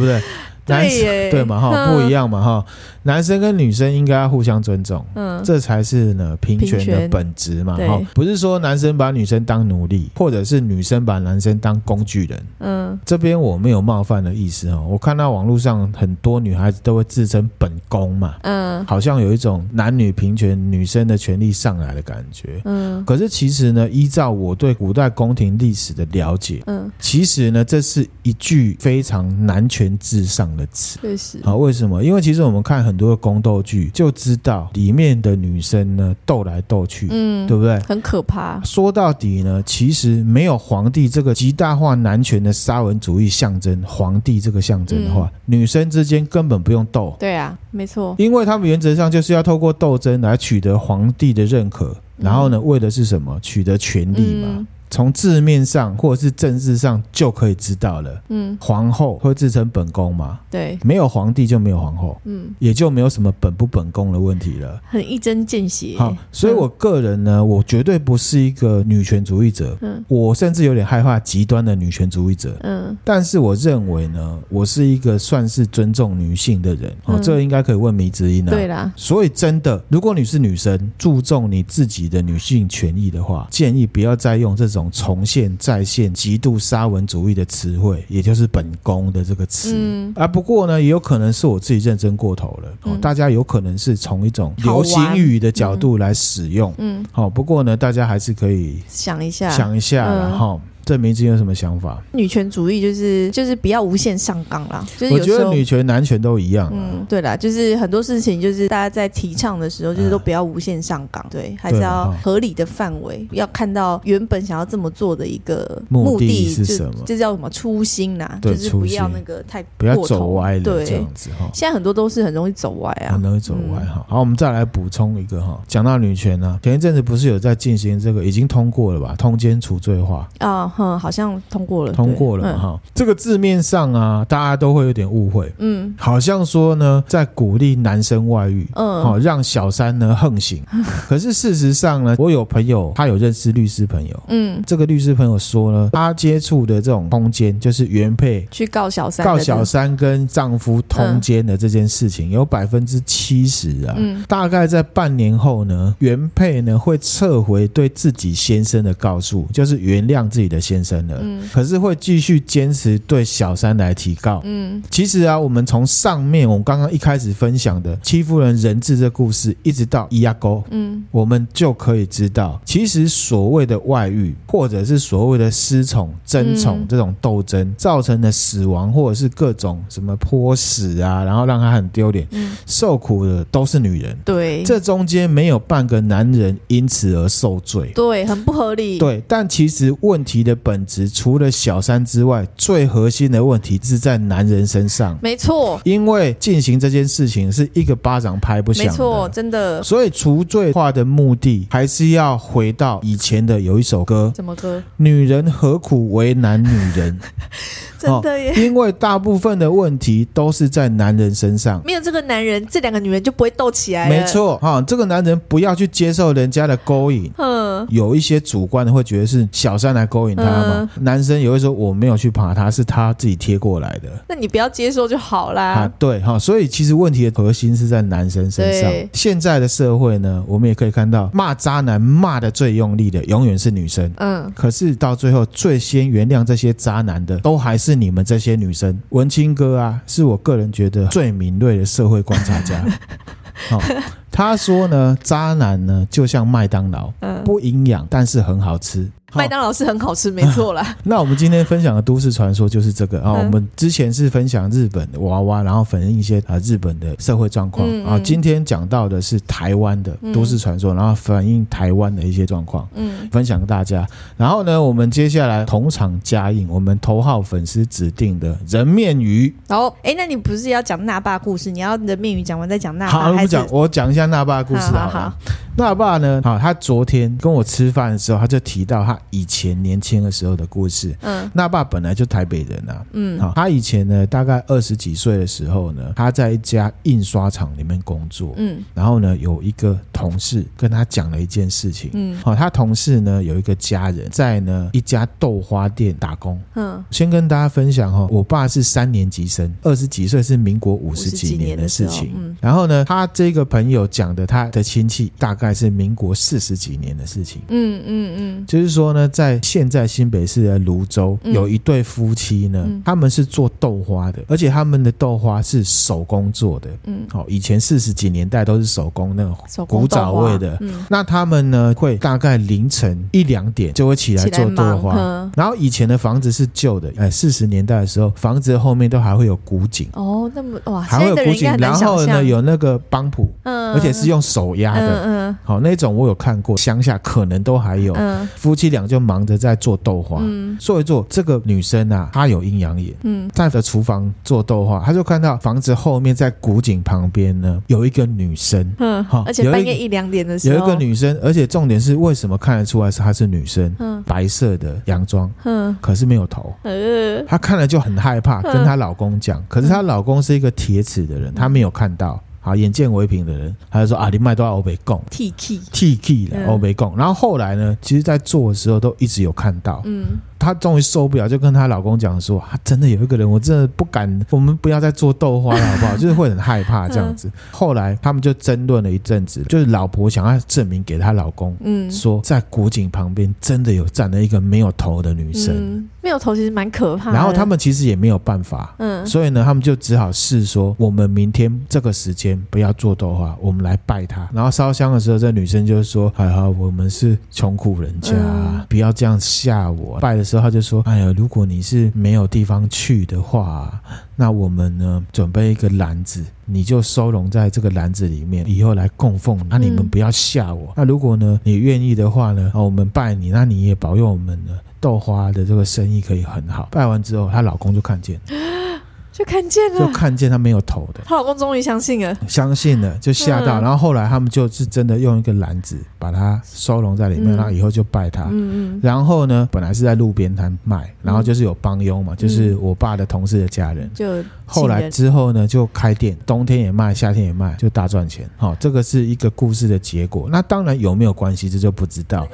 B: 不对？
A: 哦对
B: 男生
A: 耶
B: 对嘛哈，
A: 嗯
B: 不一样嘛哈，男生跟女生应该要互相尊重，
A: 嗯，
B: 这才是呢平权
A: 平
B: 的
A: 权
B: 本质嘛
A: 对
B: 哈，不是说男生把女生当奴隶，或者是女生把男生当工具人，
A: 嗯
B: 这边我没有冒犯的意思哦，我看到网络上很多女孩子都会自称本宫嘛，
A: 嗯
B: 好像有一种男女平权、女生的权利上来的感觉。
A: 嗯
B: 可是其实呢，依照我对古代宫廷历史的了解，
A: 嗯，
B: 其实呢，这是一句非常男权至上的词。
A: 确实，
B: 好，为什么？因为其实我们看很多的宫斗剧，就知道里面的女生呢斗来斗去，
A: 嗯，
B: 对不对？
A: 很可怕，
B: 说到底呢，其实没有皇帝这个极大化男权的沙文主义象征，皇帝这个象征的话，女生之间根本不用斗，
A: 对啊，没错，
B: 因为他们原则上就是要透过斗争来取得皇帝的认可，然后呢，为的是什么？取得权力嘛。
A: 嗯
B: 从字面上或者是政治上就可以知道了，
A: 嗯，
B: 皇后会自称本宫嘛？
A: 对，
B: 没有皇帝就没有皇后，
A: 嗯，
B: 也就没有什么本不本宫的问题了。
A: 很一针见血，
B: 好，所以
A: 嗯
B: 我个人呢，我绝对不是一个女权主义者，
A: 嗯
B: 我甚至有点害怕极端的女权主义者。
A: 嗯
B: 但是我认为呢，我是一个算是尊重女性的人，哦，
A: 嗯
B: 这应该可以问迷之音啊。
A: 对啦，
B: 所以真的，如果你是女生，注重你自己的女性权益的话，建议不要再用这种种重现、再现极度沙文主义的词汇，也就是“本宫”的这个词。
A: 嗯
B: 啊，不过呢，也有可能是我自己认真过头了。哦
A: 嗯
B: 大家有可能是从一种
A: 好
B: 流
A: 玩
B: 行语的角度来使用。
A: 嗯，
B: 好、不过呢，大家还是可以
A: 想一下，
B: 想一下啦
A: 嗯
B: 哈、这名字有什么想法？
A: 女权主义就是就是不要无限上纲啦，就是
B: 我
A: 有
B: 觉
A: 时
B: 得
A: 候
B: 女权、男权都一样、啊。
A: 嗯，对啦，就是很多事情，就是大家在提倡的时候，就是都不要无限上纲，对，还是
B: 嗯对啊
A: 要
B: 哈
A: 合理的范围，要看到原本想要这么做的一个
B: 目的
A: 的，
B: 是
A: 就
B: 什么
A: 这叫什么初心呐？
B: 对
A: 就是不要
B: 初心
A: 那个太
B: 不要
A: 过头
B: 走歪了，
A: 对
B: 这，样嗯子哈。
A: 现在很多都是很容易走歪啊
B: 很，容易走歪哈。好，我们再来补充一个哈，讲到女权呢、前一阵子不是有在进行这个已经通过了吧，通奸除罪化
A: 啊，哼，好像通过了，
B: 通
A: 对嗯
B: 过了，哈、这个字面上啊，大家都会有点误会，
A: 嗯
B: 好像说呢在鼓励男生外遇。
A: 嗯
B: 好、
A: 嗯，
B: 让小三呢 横行。可是事实上呢，我有朋友，他有认识律师朋友。
A: 嗯，
B: 这个律师朋友说呢，他接触的这种通奸，就是原配
A: 去告小三的
B: 告
A: 这嗯
B: 小
A: 个，
B: 三跟丈夫通奸的这件事情，有百分之七十啊，
A: 嗯
B: 大概在半年后呢，原配呢会撤回对自己先生的告诉，就是原谅自己的先生了，
A: 嗯
B: 可是会继续坚持对小三来提告。
A: 嗯
B: 其实啊，我们从上面我们刚刚一开始分享的欺负人人质这故事，一直到伊阿沟，
A: 嗯
B: 我们就可以知道，其实所谓的外遇，或者是所谓的失宠、争宠
A: 嗯
B: 这种斗争，造成的死亡，或者是各种什么泼死啊，然后让他很丢脸，
A: 嗯，
B: 受苦的都是女人，
A: 对，
B: 这中间没有半个男人因此而受罪。
A: 对很不合理，
B: 对，但其实问题的本质，除了小三之外，最核心的问题是在男人身上，
A: 没错，
B: 因为进行这件事情是一个巴掌拍不响
A: 没
B: 的。
A: 错，真的，
B: 所以除罪化的目的还是要回到以前的有一首歌
A: 怎么歌？
B: 《女人何苦为难女人》哦
A: 真的 耶。
B: 因为大部分的问题都是在男人身上。
A: 没有这个男人，这两个女人就不会斗起来了。
B: 没，错，哈、这个男人不要去接受人家的勾引。
A: 嗯，
B: 有一些主观的会觉得是小三来勾引他嘛，
A: 嗯
B: 男生也会说我没有去爬他，是他自己贴过来的。
A: 那你不要接受就好
B: 啊
A: 啦。，
B: 对哈，所以其实问题的核心是在男生身上
A: 对。
B: 现在的社会呢，我们也可以看到，骂渣男骂的最用力的永远是女生。
A: 嗯，
B: 可是到最后，最先原谅这些渣男的，都还是你们这些女生。文青哥啊，是我个人觉得最敏锐的社会观察家。好、他说呢，渣男呢就像麦当劳，
A: 嗯
B: 不营养，但是很好吃。好
A: 麦当劳是很好吃，没错 啦。
B: 那我们今天分享的都市传说就是这个啊、
A: 嗯
B: 我们之前是分享日本的娃娃，然后反映一些啊日本的社会状况
A: 嗯
B: 啊。
A: 嗯
B: 今天讲到的是台湾的
A: 嗯
B: 都市传说，然后反映台湾的一些状况。
A: 嗯
B: 分享给大家，然后呢，我们接下来同场加映我们头号粉丝指定的人面鱼。
A: 然后，哎，那你不是要讲那霸故事？你要你的面语讲完再讲那
B: 好，
A: 霸，啊
B: 我
A: 还
B: 们
A: 是
B: 讲我讲一下那爸的故事好
A: 好
B: 了。
A: 好
B: 那爸呢，好，他昨天跟我吃饭的时候，他就提到他以前年轻的时候的故事。
A: 嗯
B: 那爸本来就台北人啊，
A: 嗯
B: 好，他以前呢，大概二十几岁的时候呢，他在一家印刷厂里面工作，
A: 嗯
B: 然后呢，有一个同事跟他讲了一件事情。
A: 嗯
B: 好，他同事呢有一个家人在呢一家豆花店打工。
A: 嗯，
B: 先跟大家分享哈、哦，我爸是三年级生，二十几岁是民国五十几年的事
A: 50几
B: 情
A: 年的时候。嗯
B: 然后呢，他这个朋友讲的他的亲戚大概是民国四十几年的事情。
A: 嗯嗯嗯
B: 就是说呢，在现在新北市的泸州，
A: 嗯
B: 有一对夫妻呢，
A: 嗯
B: 他们是做豆花的，而且他们的豆花是手工做的。
A: 嗯，
B: 好、以前四十几年代都是手工那种
A: 手工
B: 古早味
A: 豆
B: 的
A: 花，嗯，
B: 那他们呢会大概凌晨一两点就会起来
A: 起来
B: 做豆
A: 忙
B: 花。
A: 嗯
B: 然后以前的房子是旧的，哎，四十年代的时候，房子后面都还会有古井，
A: 哦，那么哇，现
B: 还会
A: 在
B: 有
A: 的
B: 古
A: 人应该
B: 井，
A: 很
B: 然
A: 难想
B: 后呢
A: 象，
B: 有那个帮谱，
A: 嗯，
B: 而且是用手压的。
A: 嗯
B: 好，那种我有看过，乡下可能都还有。
A: 嗯
B: 夫妻俩就忙着在做豆花，
A: 嗯
B: 做一做，这个女生啊，她有阴阳眼，
A: 嗯
B: 在的厨房做豆花，她就看到房子后面在古井旁边呢有一个女生，
A: 嗯
B: 好
A: 嗯，而且
B: 有一
A: 半夜一两点的时
B: 有
A: 候，
B: 一个女生，而且重点是为什么看得出来是她是女生？
A: 嗯
B: 白色的洋装，
A: 嗯
B: 可是没有头。
A: 呃
B: 她看了就很害怕，
A: 嗯
B: 跟她老公讲。可是她老公是一个铁齿的人，她没有看到，好眼见为凭的人，她就说啊，你卖多少欧北贡
A: T K，
B: ，T K 了
A: 嗯
B: 欧北贡。然后后来呢，其实在做的时候都一直有看到，
A: 嗯
B: 她终于受不了，就跟她老公讲说，啊、真的有一个人，我真的不敢，我们不要再做豆花了，好不好？就是会很害怕这样子。嗯后来他们就争论了一阵子，就是老婆想要证明给她老公，
A: 嗯
B: 说在古井旁边真的有站了一个没有头的女生，
A: 嗯，没有头其实蛮可怕的。
B: 然后他们其实也没有办法，
A: 嗯
B: 所以呢，他们就只好试说，我们明天这个时间不要做豆花，我们来拜他。然后烧香的时候，这女生就说：“哎呀，我们是穷苦人家，
A: 嗯
B: 不要这样吓我。”拜的时候，她就说：“哎呀，如果你是没有地方去的话，那我们呢准备一个篮子。”你就收容在这个篮子里面，以后来供奉。那、你们
A: 嗯
B: 不要吓我。那如果呢，你愿意的话呢，啊，我们拜你，那你也保佑我们呢，豆花的这个生意可以很好。拜完之后，她老公就看见了。
A: 就看见
B: 就
A: 了，
B: 看见他没有头的，
A: 她老公终于相信了。
B: 相信 了就吓到，
A: 嗯
B: 然后后来他们就是真的用一个篮子把它收容在里面，
A: 嗯
B: 然后以后就拜他。
A: 嗯嗯
B: 然后呢，本来是在路边摊卖，然后就是有帮佣嘛，就是我爸的同事的家嗯人。
A: 就
B: 后来之后呢，就开店，冬天也卖，夏天也卖，就大赚钱。好、这个是一个故事的结果。那当然有没有关系，这就不知道。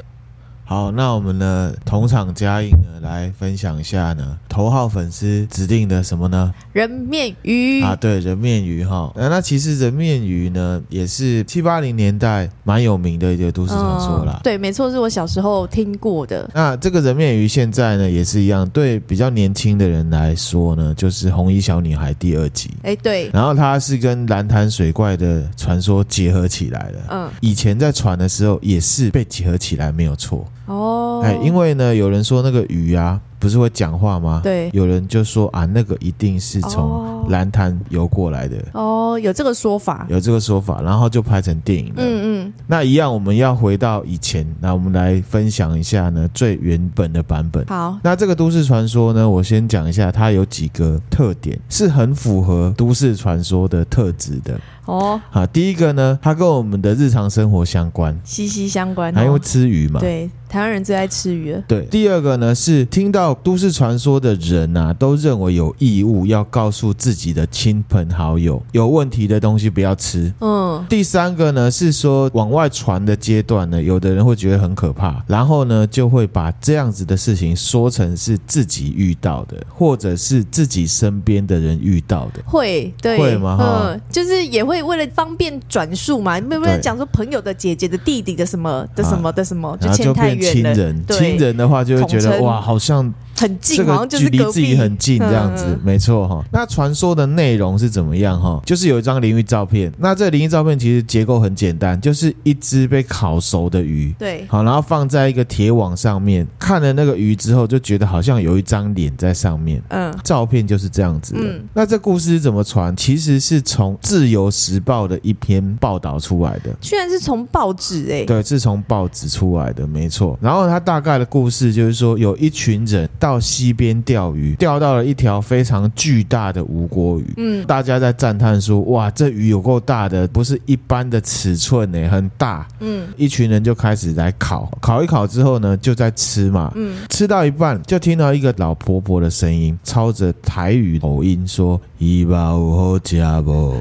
B: 好，那我们呢，同场加映呢，来分享一下呢，头号粉丝指定的什么呢？
A: 人面鱼嗯
B: 啊，对，人面鱼哈、那那其实人面鱼呢，也是七八零年代蛮有名的一个都市传说啦。
A: 嗯对，没错，是我小时候听过的。
B: 那这个人面鱼现在呢也是一样，对比较年轻的人来说呢，就是《红衣小女孩》第二集，
A: 哎，对，
B: 然后它是跟蓝潭水怪的传说结合起来的。
A: 嗯，
B: 以前在传的时候也是被结合起来，没有错。
A: 哦，
B: 哎，因为呢，有人说那个鱼啊，不是会讲话吗？。
A: 对，
B: 有人就说啊，那个一定是
A: 哦
B: 从蓝潭游过来的。
A: 哦，有这个说法。
B: 有这个说法，然后就拍成电影了。
A: 嗯嗯，
B: 那一样，我们要回到以前，那我们来分享一下呢最原本的版本。
A: 好，
B: 那这个都市传说呢，我先讲一下，它有几个特点是很符合都市传说的特质的。
A: 哦，
B: 啊，第一个呢，它跟我们的日常生活相关，
A: 息息相关、
B: 还因为
A: 哦。
B: 吃鱼嘛。
A: 对，台湾人最爱吃鱼了。
B: 对，第二个呢是听到都市传说的人啊，都认为有义务要告诉自己的亲朋好友，有问题的东西不要吃。
A: 嗯，
B: 第三个呢是说往外传的阶段呢，有的人会觉得很可怕，然后呢就会把这样子的事情说成是自己遇到的，或者是自己身边的人遇到的。
A: 会，对，
B: 会吗哈
A: 嗯，就是也会为了方便转述嘛，没有没有
B: 对
A: 讲说朋友的姐姐的弟弟的什么的什么的什么，
B: 啊然后
A: 牵
B: 就
A: 哦太
B: 变亲
A: 远了，
B: 人，
A: 对
B: 亲人的话就会觉
A: 统
B: 得
A: 称
B: 哇，好像
A: 很近，
B: 这
A: 好
B: 个
A: 像就
B: 距
A: 是
B: 离
A: 隔
B: 自己
A: 壁
B: 很近这样子
A: 嗯，
B: 没错哈。那传说的内容是怎么样哈？就是有一张灵异照片，那这灵异照片其实结构很简单，就是一只被烤熟的鱼，
A: 对，
B: 好，然后放在一个铁网上面，看了那个鱼之后，就觉得好像有一张脸在上面。
A: 嗯，
B: 照片就是这样子的。
A: 嗯
B: 那这故事是怎么传？其实是从《自由时报》的一篇报道出来的。
A: 居然是从报纸哎、
B: 对，是从报纸出来的，没错。然后它大概的故事就是说，有一群人到溪边钓鱼，钓到了一条非常巨大的无锅鱼。
A: 嗯，
B: 大家在赞叹说：“哇，这鱼有够大的，不是一般的尺寸呢、很大。”
A: 嗯
B: 一群人就开始来烤，烤一烤之后呢，就在吃嘛。
A: 嗯，
B: 吃到一半，就听到一个老婆婆的声音，操着台语口音说：“一包好家不？”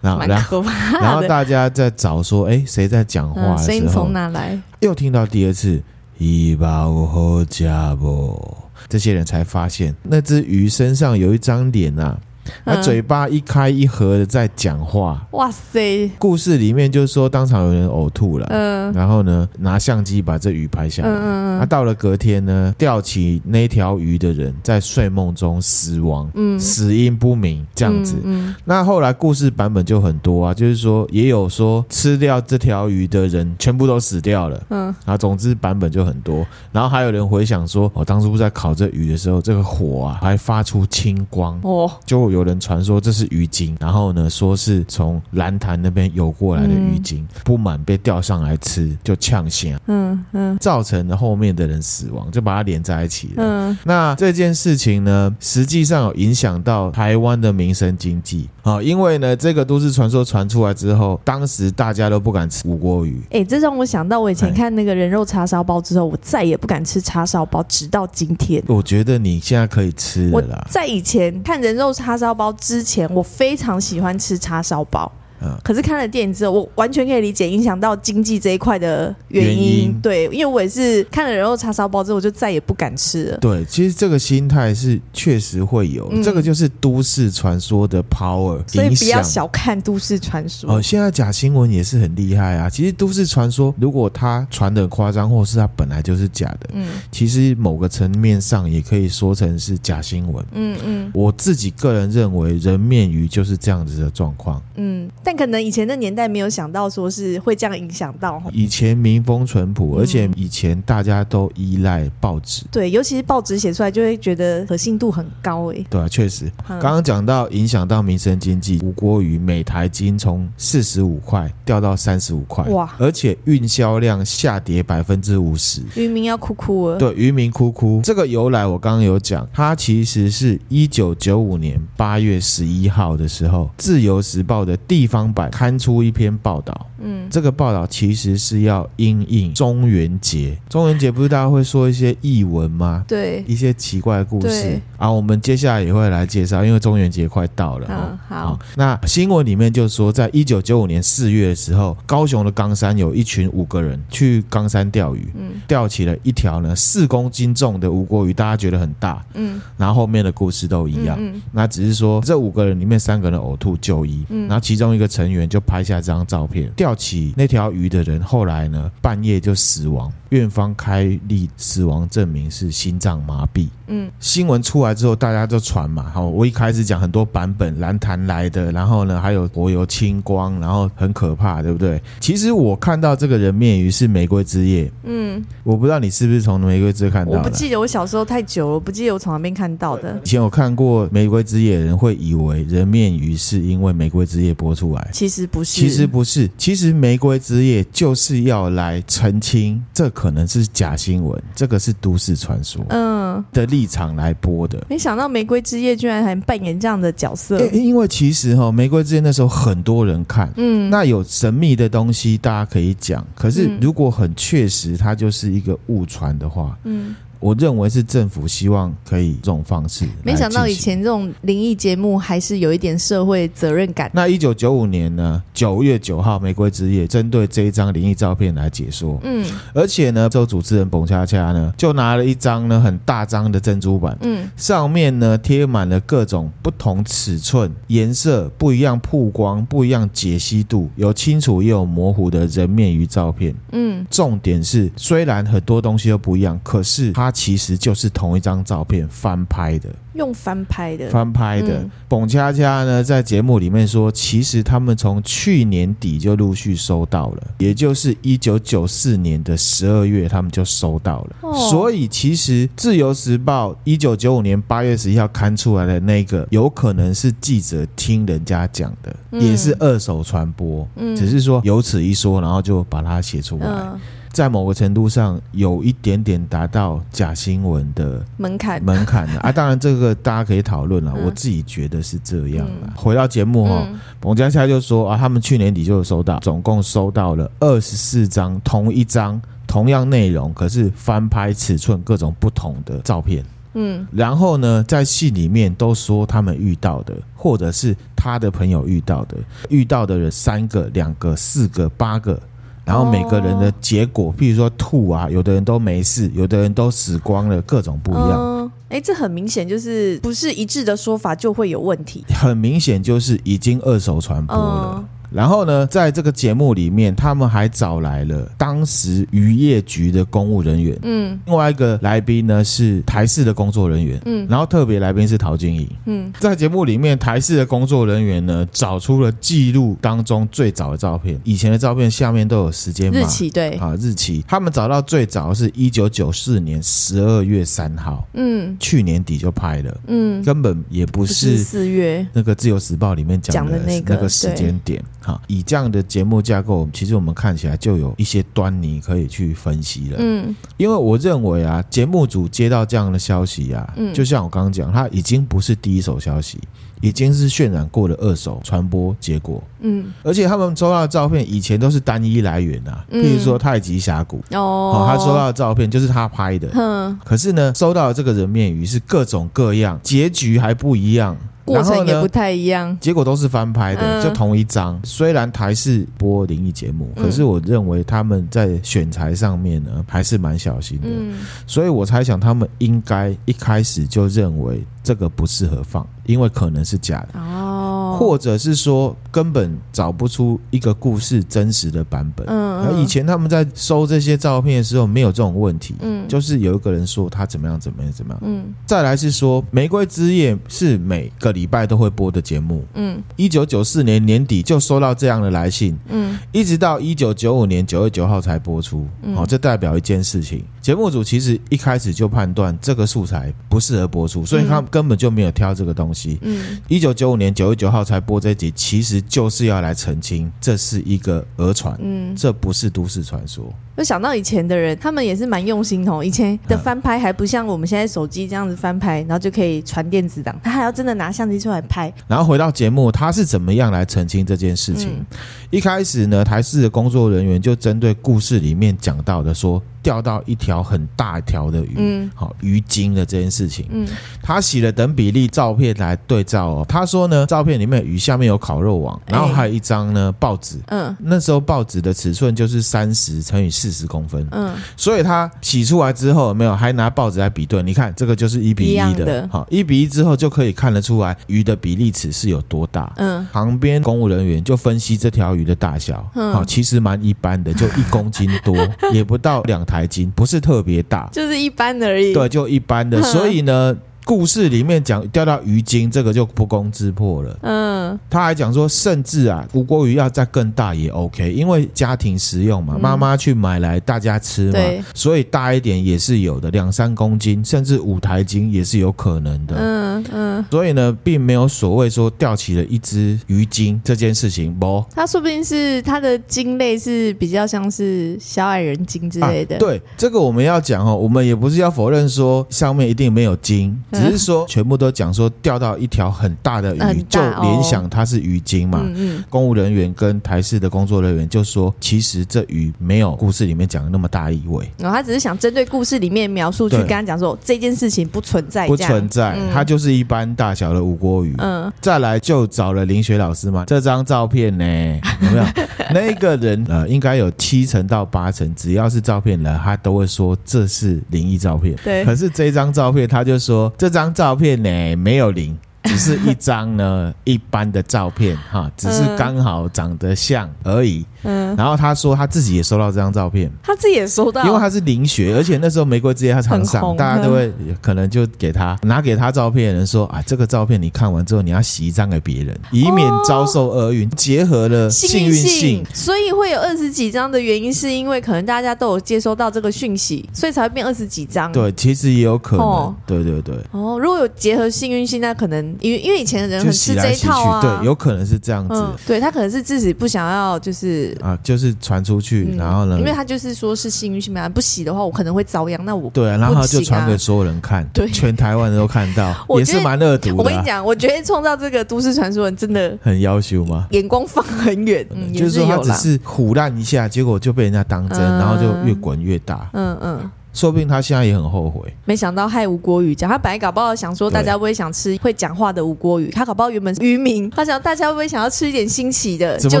B: 然后，
A: 蛮
B: 然后，
A: 可
B: 然
A: 怕
B: 后
A: 的。
B: 大家在找说：“哎，谁在讲话
A: 嗯，
B: 的
A: 声
B: 时
A: 音
B: 候
A: 从？”哪来？
B: 又听到第二次“一包好家不？”这些人才发现，那只鱼身上有一张脸啊，它
A: 嗯
B: 嘴巴一开一合的在讲话。
A: 哇塞，
B: 故事里面就说，当场有人呕吐了。
A: 嗯
B: 然后呢，拿相机把这鱼拍下
A: 嗯
B: 来。
A: 嗯
B: 那、
A: 嗯
B: 到了隔天呢，钓起那条鱼的人在睡梦中死亡，
A: 嗯，
B: 死因不明，这样子。
A: 嗯，
B: 那后来故事版本就很多啊，就是说也有说吃掉这条鱼的人全部都死掉了。
A: 嗯
B: 啊，总之版本就很多，然后还有人回想说，我、当初在烤这鱼的时候，这个火啊还发出青光
A: 嗯，，哦，
B: 就有人传说这是鱼精，然后呢，说是从蓝潭那边游过来的鱼精，不满被钓上来吃，就呛醒，
A: 嗯嗯
B: 造成了后面的人死亡，就把它连在一起了。
A: 嗯，
B: 那这件事情呢，实际上有影响到台湾的民生经济啊、因为呢，这个都市传说传出来之后，当时大家都不敢吃五锅鱼，
A: 哎、这让我想到我以前
B: 哎
A: 看那个人肉叉烧包之后，我再也不敢吃叉烧包，直到今天。
B: 我觉得你现在可以吃了
A: 我
B: 啦。
A: 在以前看人肉叉烧包之前，我非常喜欢吃叉烧包，
B: 嗯
A: 可是看了电影之后，我完全可以理解影响到经济这一块的原因。
B: 原因
A: 对，因为我也是看了人肉叉烧包之后，我就再也不敢吃了。
B: 对，其实这个心态是确实会有，
A: 嗯
B: 这个就是都市传说的 power
A: 所以
B: 影
A: 不要
B: 响。
A: 小看都市传说。
B: 哦，现在假新闻也是很厉害啊！其实都市传说，如果它传的夸张，或是它本来就是假的，
A: 嗯
B: 其实某个层面上也可以说成是假新闻。
A: 嗯嗯
B: 我自己个人认为，人面鱼就是这样子的状况。
A: 嗯，但可能以前的年代没有想到说是会这样影响到。
B: 以前民风淳朴，
A: 嗯
B: 而且以前大家都依赖报纸，
A: 对，尤其是报纸写出来，就会觉得可信度很高诶、
B: 对啊，确实。
A: 嗯
B: 刚刚讲到影响到民生经济，吴郭鱼每台斤从四十五块掉到三十五块，
A: 哇
B: 而且运销量下跌百分之五十。
A: 渔民要哭哭啊了。
B: 对，渔民哭哭这个由来，我刚刚有讲，它其实是一九九五年八月十一号的时候，《自由时报》的地方版刊出一篇报道。
A: 嗯
B: 这个报道其实是要因应中元节，中元节不是大家会说一些译文吗？
A: 对，
B: 一些奇怪的故事
A: 对
B: 啊，我们接下来也会来介绍，因为中元节快到了。
A: 嗯
B: 哦
A: 好，
B: 那新闻里面就说，在一九九五年四月的时候，高雄的冈山有一群五个人去冈山钓鱼，
A: 嗯
B: 钓起了一条呢四公斤重的无国鱼，大家觉得很大，
A: 嗯，
B: 然后后面的故事都一样。
A: 嗯
B: 那只是说，这五个人里面三个人呕吐就医，
A: 嗯
B: 然后其中一个成员就拍下这张照片。钓起那条鱼的人后来呢，半夜就死亡，院方开立死亡证明是心脏麻痹。
A: 嗯
B: 新闻出来之后，大家就传嘛。好，我一开始讲很多版本，蓝坛来的，然后呢，还有国油清光，然后很可怕，对不对？其实我看到这个人面鱼是玫瑰之夜，
A: 嗯，
B: 我不知道你是不是从玫瑰之夜看到
A: 我不
B: 的。
A: 记得我小时候太久了，我不记得我从哪边看到的
B: 以。前我看过《玫瑰之夜》，人会以为人面鱼是因为《玫瑰之夜》播出来，
A: 其实不是，
B: 其实不是，其实《玫瑰之夜》就是要来澄清，这可能是假新闻，这个是都市传说
A: 嗯，
B: 的立场来播的。
A: 没想到玫瑰之夜居然还扮演这样的角色。
B: 因因为其实哈、玫瑰之夜》那时候很多人看，
A: 嗯，
B: 那有神秘的东西大家可以讲，可是
A: 嗯
B: 如果很确实，它就是一个误传的话，
A: 嗯，
B: 我认为是政府希望可以这种方式来进行。
A: 没想到以前这种灵异节目还是有一点社会责任感。
B: 那一九九五年呢，九月九号玫瑰之夜针对这一张灵异照片来解说，
A: 嗯
B: 而且呢，这主持人彭恰恰呢就拿了一张呢很大张的珍珠板。
A: 嗯
B: 上面呢贴满了各种不同尺寸、颜色、不一样曝光、不一样解析度，有清楚也有模糊的人面鱼照片。
A: 嗯
B: 重点是，虽然很多东西都不一样，可是它其实就是同一张照片翻拍的。
A: 用翻拍的。
B: 翻拍的
A: 嗯。
B: 董恰恰呢，在节目里面说，其实他们从去年底就陆续收到了，也就是一九九四年的十二月，他们就收到了。
A: 哦
B: 所以，其实《自由时报》一九九五年八月十一号刊出来的那个，有可能是记者听人家讲的，
A: 嗯
B: 也是二手传播。
A: 嗯
B: 只是说有此一说，然后就把它写出来，
A: 嗯，
B: 在某个程度上有一点点达到假新闻的
A: 门槛。
B: 门槛的 啊。当然，这个大家可以讨论了。
A: 嗯
B: 我自己觉得是这样啦。回到节目哦，
A: 嗯
B: 彭佳佳就说啊，他们去年底就有收到，总共收到了二十四张同一张同样内容，可是翻拍尺寸各种不同的照片。
A: 嗯
B: 然后呢，在信里面都说他们遇到的，或者是他的朋友遇到的，遇到的人三个、两个、四个、八个。然后每个人的
A: 哦
B: 结果，譬如说吐啊，有的人都没事，有的人都死光了，各种不一样。
A: 嗯，哎、这很明显就是不是一致的说法就会有问题。
B: 很明显就是已经二手传播了。
A: 嗯
B: 然后呢，在这个节目里面，他们还找来了当时渔业局的公务人员，
A: 嗯
B: 另外一个来宾呢是台视的工作人员，
A: 嗯
B: 然后特别来宾是陶晶莹。
A: 嗯
B: 在节目里面，台视的工作人员呢找出了记录当中最早的照片，以前的照片下面都有时间码
A: 日期对，
B: 啊日期，他们找到最早是一九九四年十二月三号，
A: 嗯
B: 去年底就拍了，
A: 嗯，
B: 根本也不
A: 不
B: 是
A: 四月。
B: 那个《自由时报》里面讲
A: 讲
B: 的
A: 的那
B: 个
A: 个
B: 时间点，哈，以这样的节目架构，其实我们看起来就有一些端倪可以去分析了。
A: 嗯
B: 因为我认为啊，节目组接到这样的消息啊，
A: 嗯
B: 就像我刚刚讲，它已经不是第一手消息，已经是渲染过的二手传播结果，
A: 嗯
B: 而且他们收到的照片以前都是单一来源啊，
A: 嗯
B: 譬如说太极峡谷，
A: 哦
B: 哦，，他收到的照片就是 他拍的。
A: 哼，
B: 可是呢，收到的这个人面鱼是各种各样，结局还不一样，
A: 过
B: 然后
A: 程
B: 呢
A: 也不太一样。
B: 结果都是翻拍的，
A: 嗯
B: 就同一张。虽然台视播灵异节目，
A: 嗯
B: 可是我认为他们在选材上面呢，还是蛮小心的。
A: 嗯，
B: 所以我猜想他们应该一开始就认为这个不适合放，因为可能是假的，
A: 哦，
B: 嗯或者是说根本找不出一个故事真实的版本。
A: 嗯，
B: 而
A: 嗯
B: 以前他们在收这些照片的时候没有这种问题，
A: 嗯
B: 就是有一个人说他怎么样怎么样怎么样。
A: 嗯
B: 再来是说《玫瑰之夜》是每个礼拜都会播的节目，
A: 嗯
B: 一九九四年年底就收到这样的来信，
A: 嗯
B: 一直到一九九五年九月九号才播出。好、这代表一件事情，节目组其实一开始就判断这个素材不适合播出，所以他们根本就没有挑这个东西。
A: 嗯
B: 一九九五年九月九号才播这集，其实就是要来澄清，这是一个讹传，
A: 嗯，
B: 这不是都市传说。
A: 就想到以前的人，他们也是蛮用心哦。以前的
B: 嗯
A: 翻拍还不像我们现在手机这样子翻拍，然后就可以传电子档，他还要真的拿相机出来拍。
B: 然后回到节目，他是怎么样来澄清这件事情？
A: 嗯
B: 一开始呢，台视的工作人员就针对故事里面讲到的说，钓到一条很大条的鱼，
A: 嗯
B: 好鱼精的这件事情，
A: 嗯
B: 他洗了等比例照片来对照哦。他说呢，照片里面鱼下面有烤肉网，
A: 哎
B: 然后还有一张呢报纸。
A: 嗯
B: 那时候报纸的尺寸就是三十乘以四十公分，
A: 嗯
B: 所以他洗出来之后有没有还拿报纸来比对，你看这个就是一比
A: 一
B: 一
A: 样
B: 的
A: 的，
B: 好一比一之后就可以看得出来鱼的比例尺是有多大。
A: 嗯
B: 旁边公务人员就分析这条鱼的大小，
A: 嗯
B: 好、其实蛮一般的，就一公斤 多，也不到两台斤，不是特别大，
A: 就是一般而已。
B: 对，就一般的。
A: 嗯
B: 所以呢，故事里面讲钓到鱼精这个就不攻自破了。
A: 嗯，
B: 他还讲说，甚至啊，吴锅鱼要再更大也 OK，因为家庭食用嘛，
A: 嗯
B: 妈妈去买来大家吃嘛
A: 对，
B: 所以大一点也是有的，两三公斤甚至五台斤也是有可能的。
A: 嗯嗯，
B: 所以呢，并没有所谓说钓起了一只鱼精这件事情，不。
A: 他说不定是他的鲸类是比较像是小矮人鲸之类的。
B: 啊。对，这个我们要讲哦，我们也不是要否认说上面一定没有鲸，只
A: 嗯
B: 是说全部都讲说钓到一条很大的鱼，
A: 很
B: 就
A: 大
B: 联
A: 哦
B: 想它是鱼精嘛。
A: 嗯嗯
B: 公务人员跟台视的工作人员就说，其实这鱼没有故事里面讲的那么大意味，
A: 然后他只是想针对故事里面描述去
B: 对
A: 跟他讲说这件事情不存在，
B: 不
A: 这样
B: 存在，
A: 嗯
B: 它就是一般大小的五锅鱼。
A: 嗯
B: 再来就找了林雪老师嘛，这张照片呢， 有没有？那个人呃，应该有七成到八成，只要是照片来，他都会说这是灵异照片。
A: 对
B: 可是这张照片，他就说这张照片呢没有灵，只是一张 呢一般的照片哈，只是刚好长得像而已。
A: 嗯，
B: 然后他说他自己也收到这张照片，
A: 他自己也收到，
B: 因为他是零学，而且那时候玫瑰之夜他常
A: 很
B: 上，
A: 红
B: 大家都会可能就给他拿给他照片的人说啊，这个照片你看完之后你要洗一张给别人，以免遭受厄运。结合了幸
A: 哦幸
B: 运
A: 运
B: 性
A: 性，，所以会有二十几张的原因，是因为可能大家都有接收到这个讯息，所以才会变二十几张。。
B: 对，其实也有可能，
A: 哦
B: 对对对，
A: 哦，如果有结合幸运性，那可能因为因为以前的人
B: 就
A: 很
B: 洗
A: 吃
B: 来
A: 这一
B: 洗去，
A: 套啊，
B: 对，有可能是这样子。
A: 嗯，对他可能是自己不想要，就是。
B: 啊，就是传出去，
A: 嗯
B: 然后呢
A: 因，为他就是说是幸运性嘛，不洗的话我可能会遭殃。那我
B: 对啊，然后他就
A: 不行啊
B: 传给所有人看，
A: 对
B: 全台湾人都看到，
A: 我
B: 也
A: 觉得
B: 是蛮恶毒的啊、
A: 我跟你讲，我觉得创造这个都市传说人真的
B: 很要求吗？
A: 眼光放很远，嗯、
B: 就
A: 也
B: 是说他
A: 有
B: 只
A: 啦。
B: 是唬烂一下，结果就被人家当真，
A: 嗯
B: 然后就越滚越大。
A: 嗯嗯，
B: 说不定他现在也很后悔。
A: 没想到害吴郭鱼讲，他本来搞不好想说
B: 对
A: 大家会不会想吃会讲话的吴郭鱼，他搞不好原本是渔民， 他想大家会不会想要吃一点新奇的，
B: 怎么
A: 就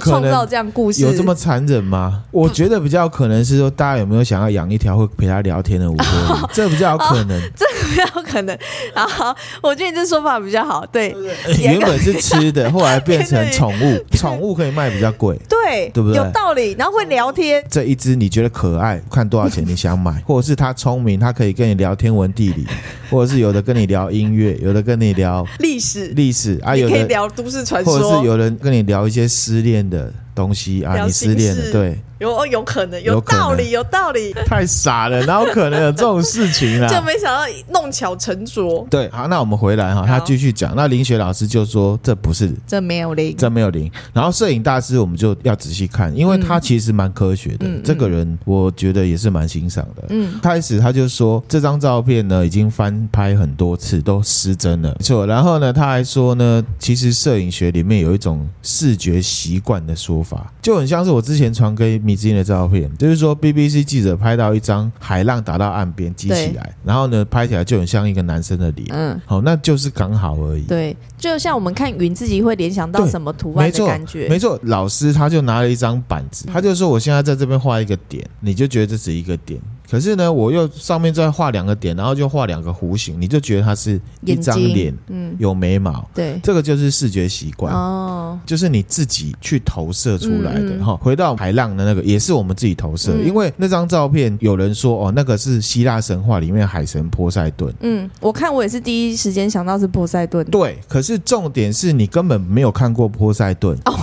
B: 可能
A: 创造这样故事。
B: 有 这么残忍吗？我觉得比较可能是说，大家有没有想要养一条会陪他聊天 的乌龟？
A: 哦
B: 这比较有可能。
A: 有可能啊？好我觉得你这说法比较好，对
B: 原本是吃 的，后来变成宠物，宠物可以卖比较贵。
A: 对
B: 对不对
A: 有道理，然后会聊天，
B: 这一只你觉得可爱，看多少钱你想买，或者是它聪明，它可以跟你聊天文地理，或者是有的跟你聊音乐，有的跟你聊
A: 历史，
B: 历史啊，
A: 也
B: 有
A: 可以
B: 的
A: 聊都市传
B: 或者是
A: 说，
B: 有人跟你聊一些失恋的东西啊，
A: 聊
B: 你失恋
A: 心
B: 了，
A: 事
B: 对，
A: 有哦有可能，
B: 有
A: 有
B: 可能
A: 道理，有道理，
B: 太傻了，哪有可能有这种事情啦？啊
A: 就没想到弄巧成拙，
B: 对，好，那我们回来哈，
A: 好
B: 他继续讲。那林雪老师就说这不是
A: 这没有灵，
B: 真没有灵，然后摄影大师我们就要仔细看，因为他其实蛮科学的。
A: 嗯嗯
B: 这个人我觉得也是蛮欣赏的。
A: 嗯
B: 开始他就说这张照片呢已经翻拍很多次，都失真了，没错。然后呢，他还说呢，其实摄影学里面有一种视觉习惯的说法，就很像是我之前传给米之音的照片，就是说 BBC 记者拍到一张海浪打到岸边激起来，然后呢拍起来就很像一个男生的脸，
A: 嗯，
B: 好、那就是刚好而已。
A: 对，就像我们看云自己会联想到
B: 对
A: 什么图
B: 没
A: 案
B: 错
A: 的感觉，嗯
B: 没错，老师他就拿了一张板子，他就说我现在在这边画一个点，你就觉得这是一个点。可是呢，我又上面再画两个点，然后就画两个弧形，你就觉得它是一
A: 眼
B: 张
A: 睛
B: 脸，
A: 嗯，
B: 有眉毛。
A: 对，
B: 这个就是视觉习惯，
A: 哦，
B: 就是你自己去投射出来
A: 嗯
B: 的
A: 嗯
B: 哈、回到海浪的那个，也是我们自己投射，
A: 嗯
B: 因为那张照片有人说哦，那个是希腊神话里面海神波塞顿。
A: 嗯，我看我也是第一时间想到是波塞顿，
B: 对，可是重点是你根本没有看过波塞顿，
A: 哦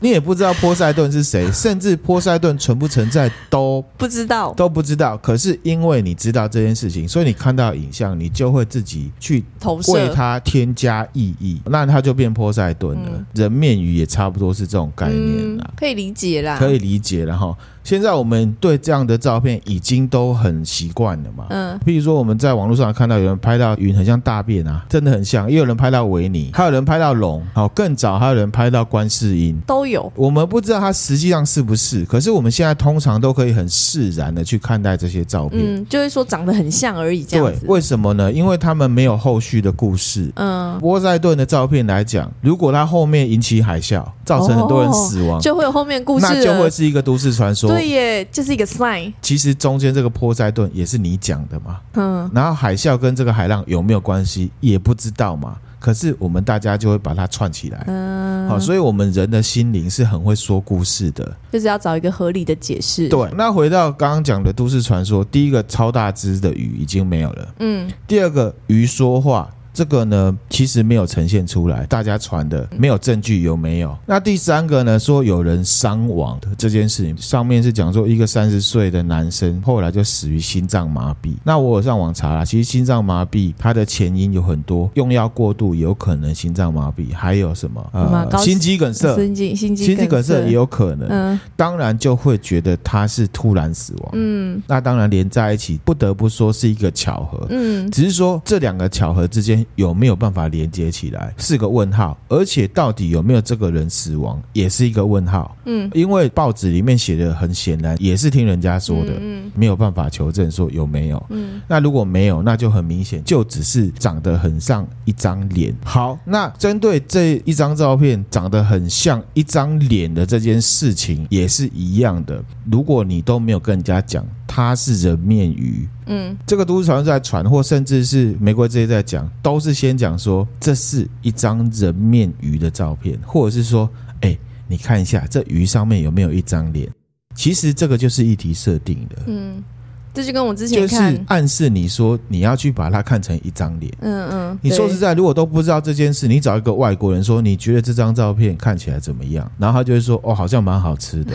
B: 你也不知道波塞顿是谁，甚至波塞顿存不存在都
A: 不知道，
B: 都不知道。可是因为你知道这件事情，所以你看到影像，你就会自己去
A: 投
B: 为
A: 射，
B: 它添加意义，那它就变波塞顿了。
A: 嗯
B: 人面鱼也差不多是这种概念啦。
A: 嗯，可以理解啦，
B: 啊可以，理解了哈。现在我们对这样的照片已经都很习惯了嘛。
A: 嗯，
B: 譬如说，我们在网络上看到有人拍到云很像大便啊，真的很像；也有人拍到维尼，还有人拍到龙，好，更早还有人拍到观世音。
A: 都有，
B: 我们不知道它实际上是不是，可是我们现在通常都可以很释然的去看待这些照片。
A: 嗯，就是说长得很像而已，这
B: 对
A: 样，子，
B: 为什么呢？因为他们没有后续的故事。
A: 嗯，
B: 波塞顿的照片来讲，如果它后面引起海啸，造成很多人死亡，
A: 哦就会有后面故事了，
B: 那就会是一个都市传说。
A: 对耶，就是一个 sign，
B: 其实中间这个波塞顿也是你讲的嘛，
A: 嗯，
B: 然后海啸跟这个海浪有没有关系也不知道嘛。可是我们大家就会把它串起来，
A: 嗯，
B: 好，所以我们人的心灵是很会说故事的。
A: 就是要找一个合理的解释。，
B: 对，那回到刚刚讲的都市传说，第一个超大只的鱼已经没有了，
A: 嗯，
B: 第二个鱼说话。这个呢，其实没有呈现出来，大家传的
A: 嗯
B: 没有证据，有没有？那第三个呢，说有人伤亡的这件事情，上面是讲说一个三十岁的男生后来就死于心脏麻痹。那我有上网查啦，其实心脏麻痹它的前因有很多，用药过度有可能心脏麻痹，还有什么
A: 什么
B: 呃
A: 高
B: 心肌梗塞，
A: 心肌心肌
B: 心肌梗塞也
A: 有，
B: 有可能，
A: 嗯
B: 当然就会觉得他是突然死亡。
A: 嗯
B: 那当然连在一起，不得不说是一个巧合。
A: 嗯，
B: 只是说这两个巧合之间有没有办法连接起来是个问号，而且到底有没有这个人死亡也是一个问号。
A: 嗯，
B: 因为报纸里面写的很显然也是听人家说的，
A: 嗯
B: 没有办法求证说有没有。
A: 嗯
B: 那如果没有，那就很明显，就只是长得很像一张脸。好，那针对这一张照片长得很像一张脸的这件事情也是一样的。如果你都没有跟人家讲它是人面鱼，
A: 嗯
B: 这个都市传说在传，或甚至是玫瑰之夜在讲，都是先讲说这是一张人面鱼的照片，或者是说，哎，你看一下这鱼上面有没有一张脸？其实这个就是议题设定的，
A: 嗯，这就跟我之
B: 就
A: 前
B: 是
A: 看，
B: 暗示你说你要去把它看成一张脸。
A: 嗯嗯，
B: 你说实在，如果都不知道这件事，你找一个外国人说，你觉得这张照片看起来怎么样？然后他就会说，哦，好像蛮好 吃的。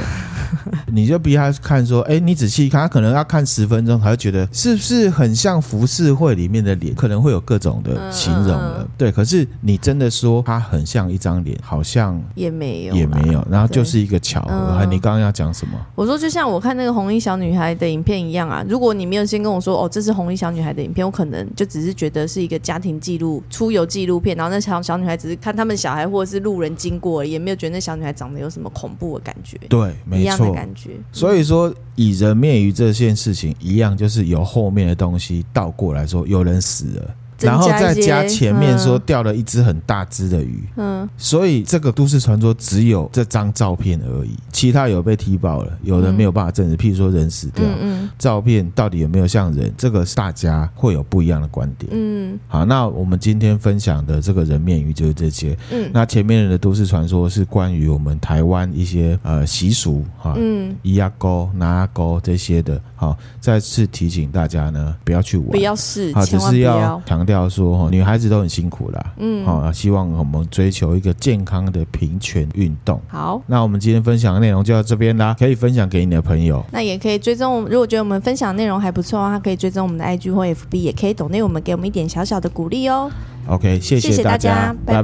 B: 你就逼他看说，哎，你仔细看，他可能要看十分钟，他就觉得是不是很像浮世绘里面的脸，可能会有各种的形容了。
A: 嗯嗯嗯
B: 对，可是你真的说它很像一张脸，好像
A: 对也没有
B: 也
A: 啦
B: 没有，然后
A: 对
B: 就是一个巧合。
A: 嗯
B: 还你刚刚要讲什么？
A: 我说，就像我看那个红衣小女孩的影片一样啊，如果你没有先跟我说哦，这是红衣小女孩的影片，我可能就只是觉得是一个家庭记录、出游纪录片，然后那小小女孩只是看他们小孩或者是路人经过而已，也没有觉得那小女孩长得有什么恐怖的感觉，
B: 对，
A: 一
B: 没
A: 样的
B: 错。
A: 感觉。
B: 所以说，以人面鱼这件事情一样，就是由后面的东西倒过来说，有人死了。
A: 增加
B: 然后再加
A: 一些
B: 前面说
A: 嗯
B: 钓了一只很大只的鱼，
A: 嗯
B: 所以这个都市传说只有这张照片而已，其他有被踢爆了，有人没有办法证实，譬如说人死掉，
A: 嗯嗯
B: 照片到底有没有像人，这个是大家会有不一样的观点。
A: 嗯
B: 好，那我们今天分享的这个人面鱼就是这些。
A: 嗯
B: 那前面的都市传说是关于我们台湾一些呃习俗哈，
A: 嗯，
B: 咿呀沟、拿呀沟这些的。好，再次提醒大家呢，不要去玩，
A: 不要试，
B: 好，只
A: 千万
B: 啊是
A: 不
B: 要
A: 要。
B: 强调说，哦女孩子都很辛苦啦。
A: 嗯，
B: 好、希望我们追求一个健康的平权运动。
A: 好，
B: 那我们今天分享的内容就到这边啦，可以分享给你的朋友。
A: 那也可以追踪我们。如果觉得我们分享内容还不错的话，可以追踪我们的 IG 或 FB，也可以懂内我们，给我们一点小小的鼓励哦。
B: OK，谢
A: 谢谢
B: 大
A: 大家拜拜
B: 拜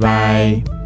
B: 拜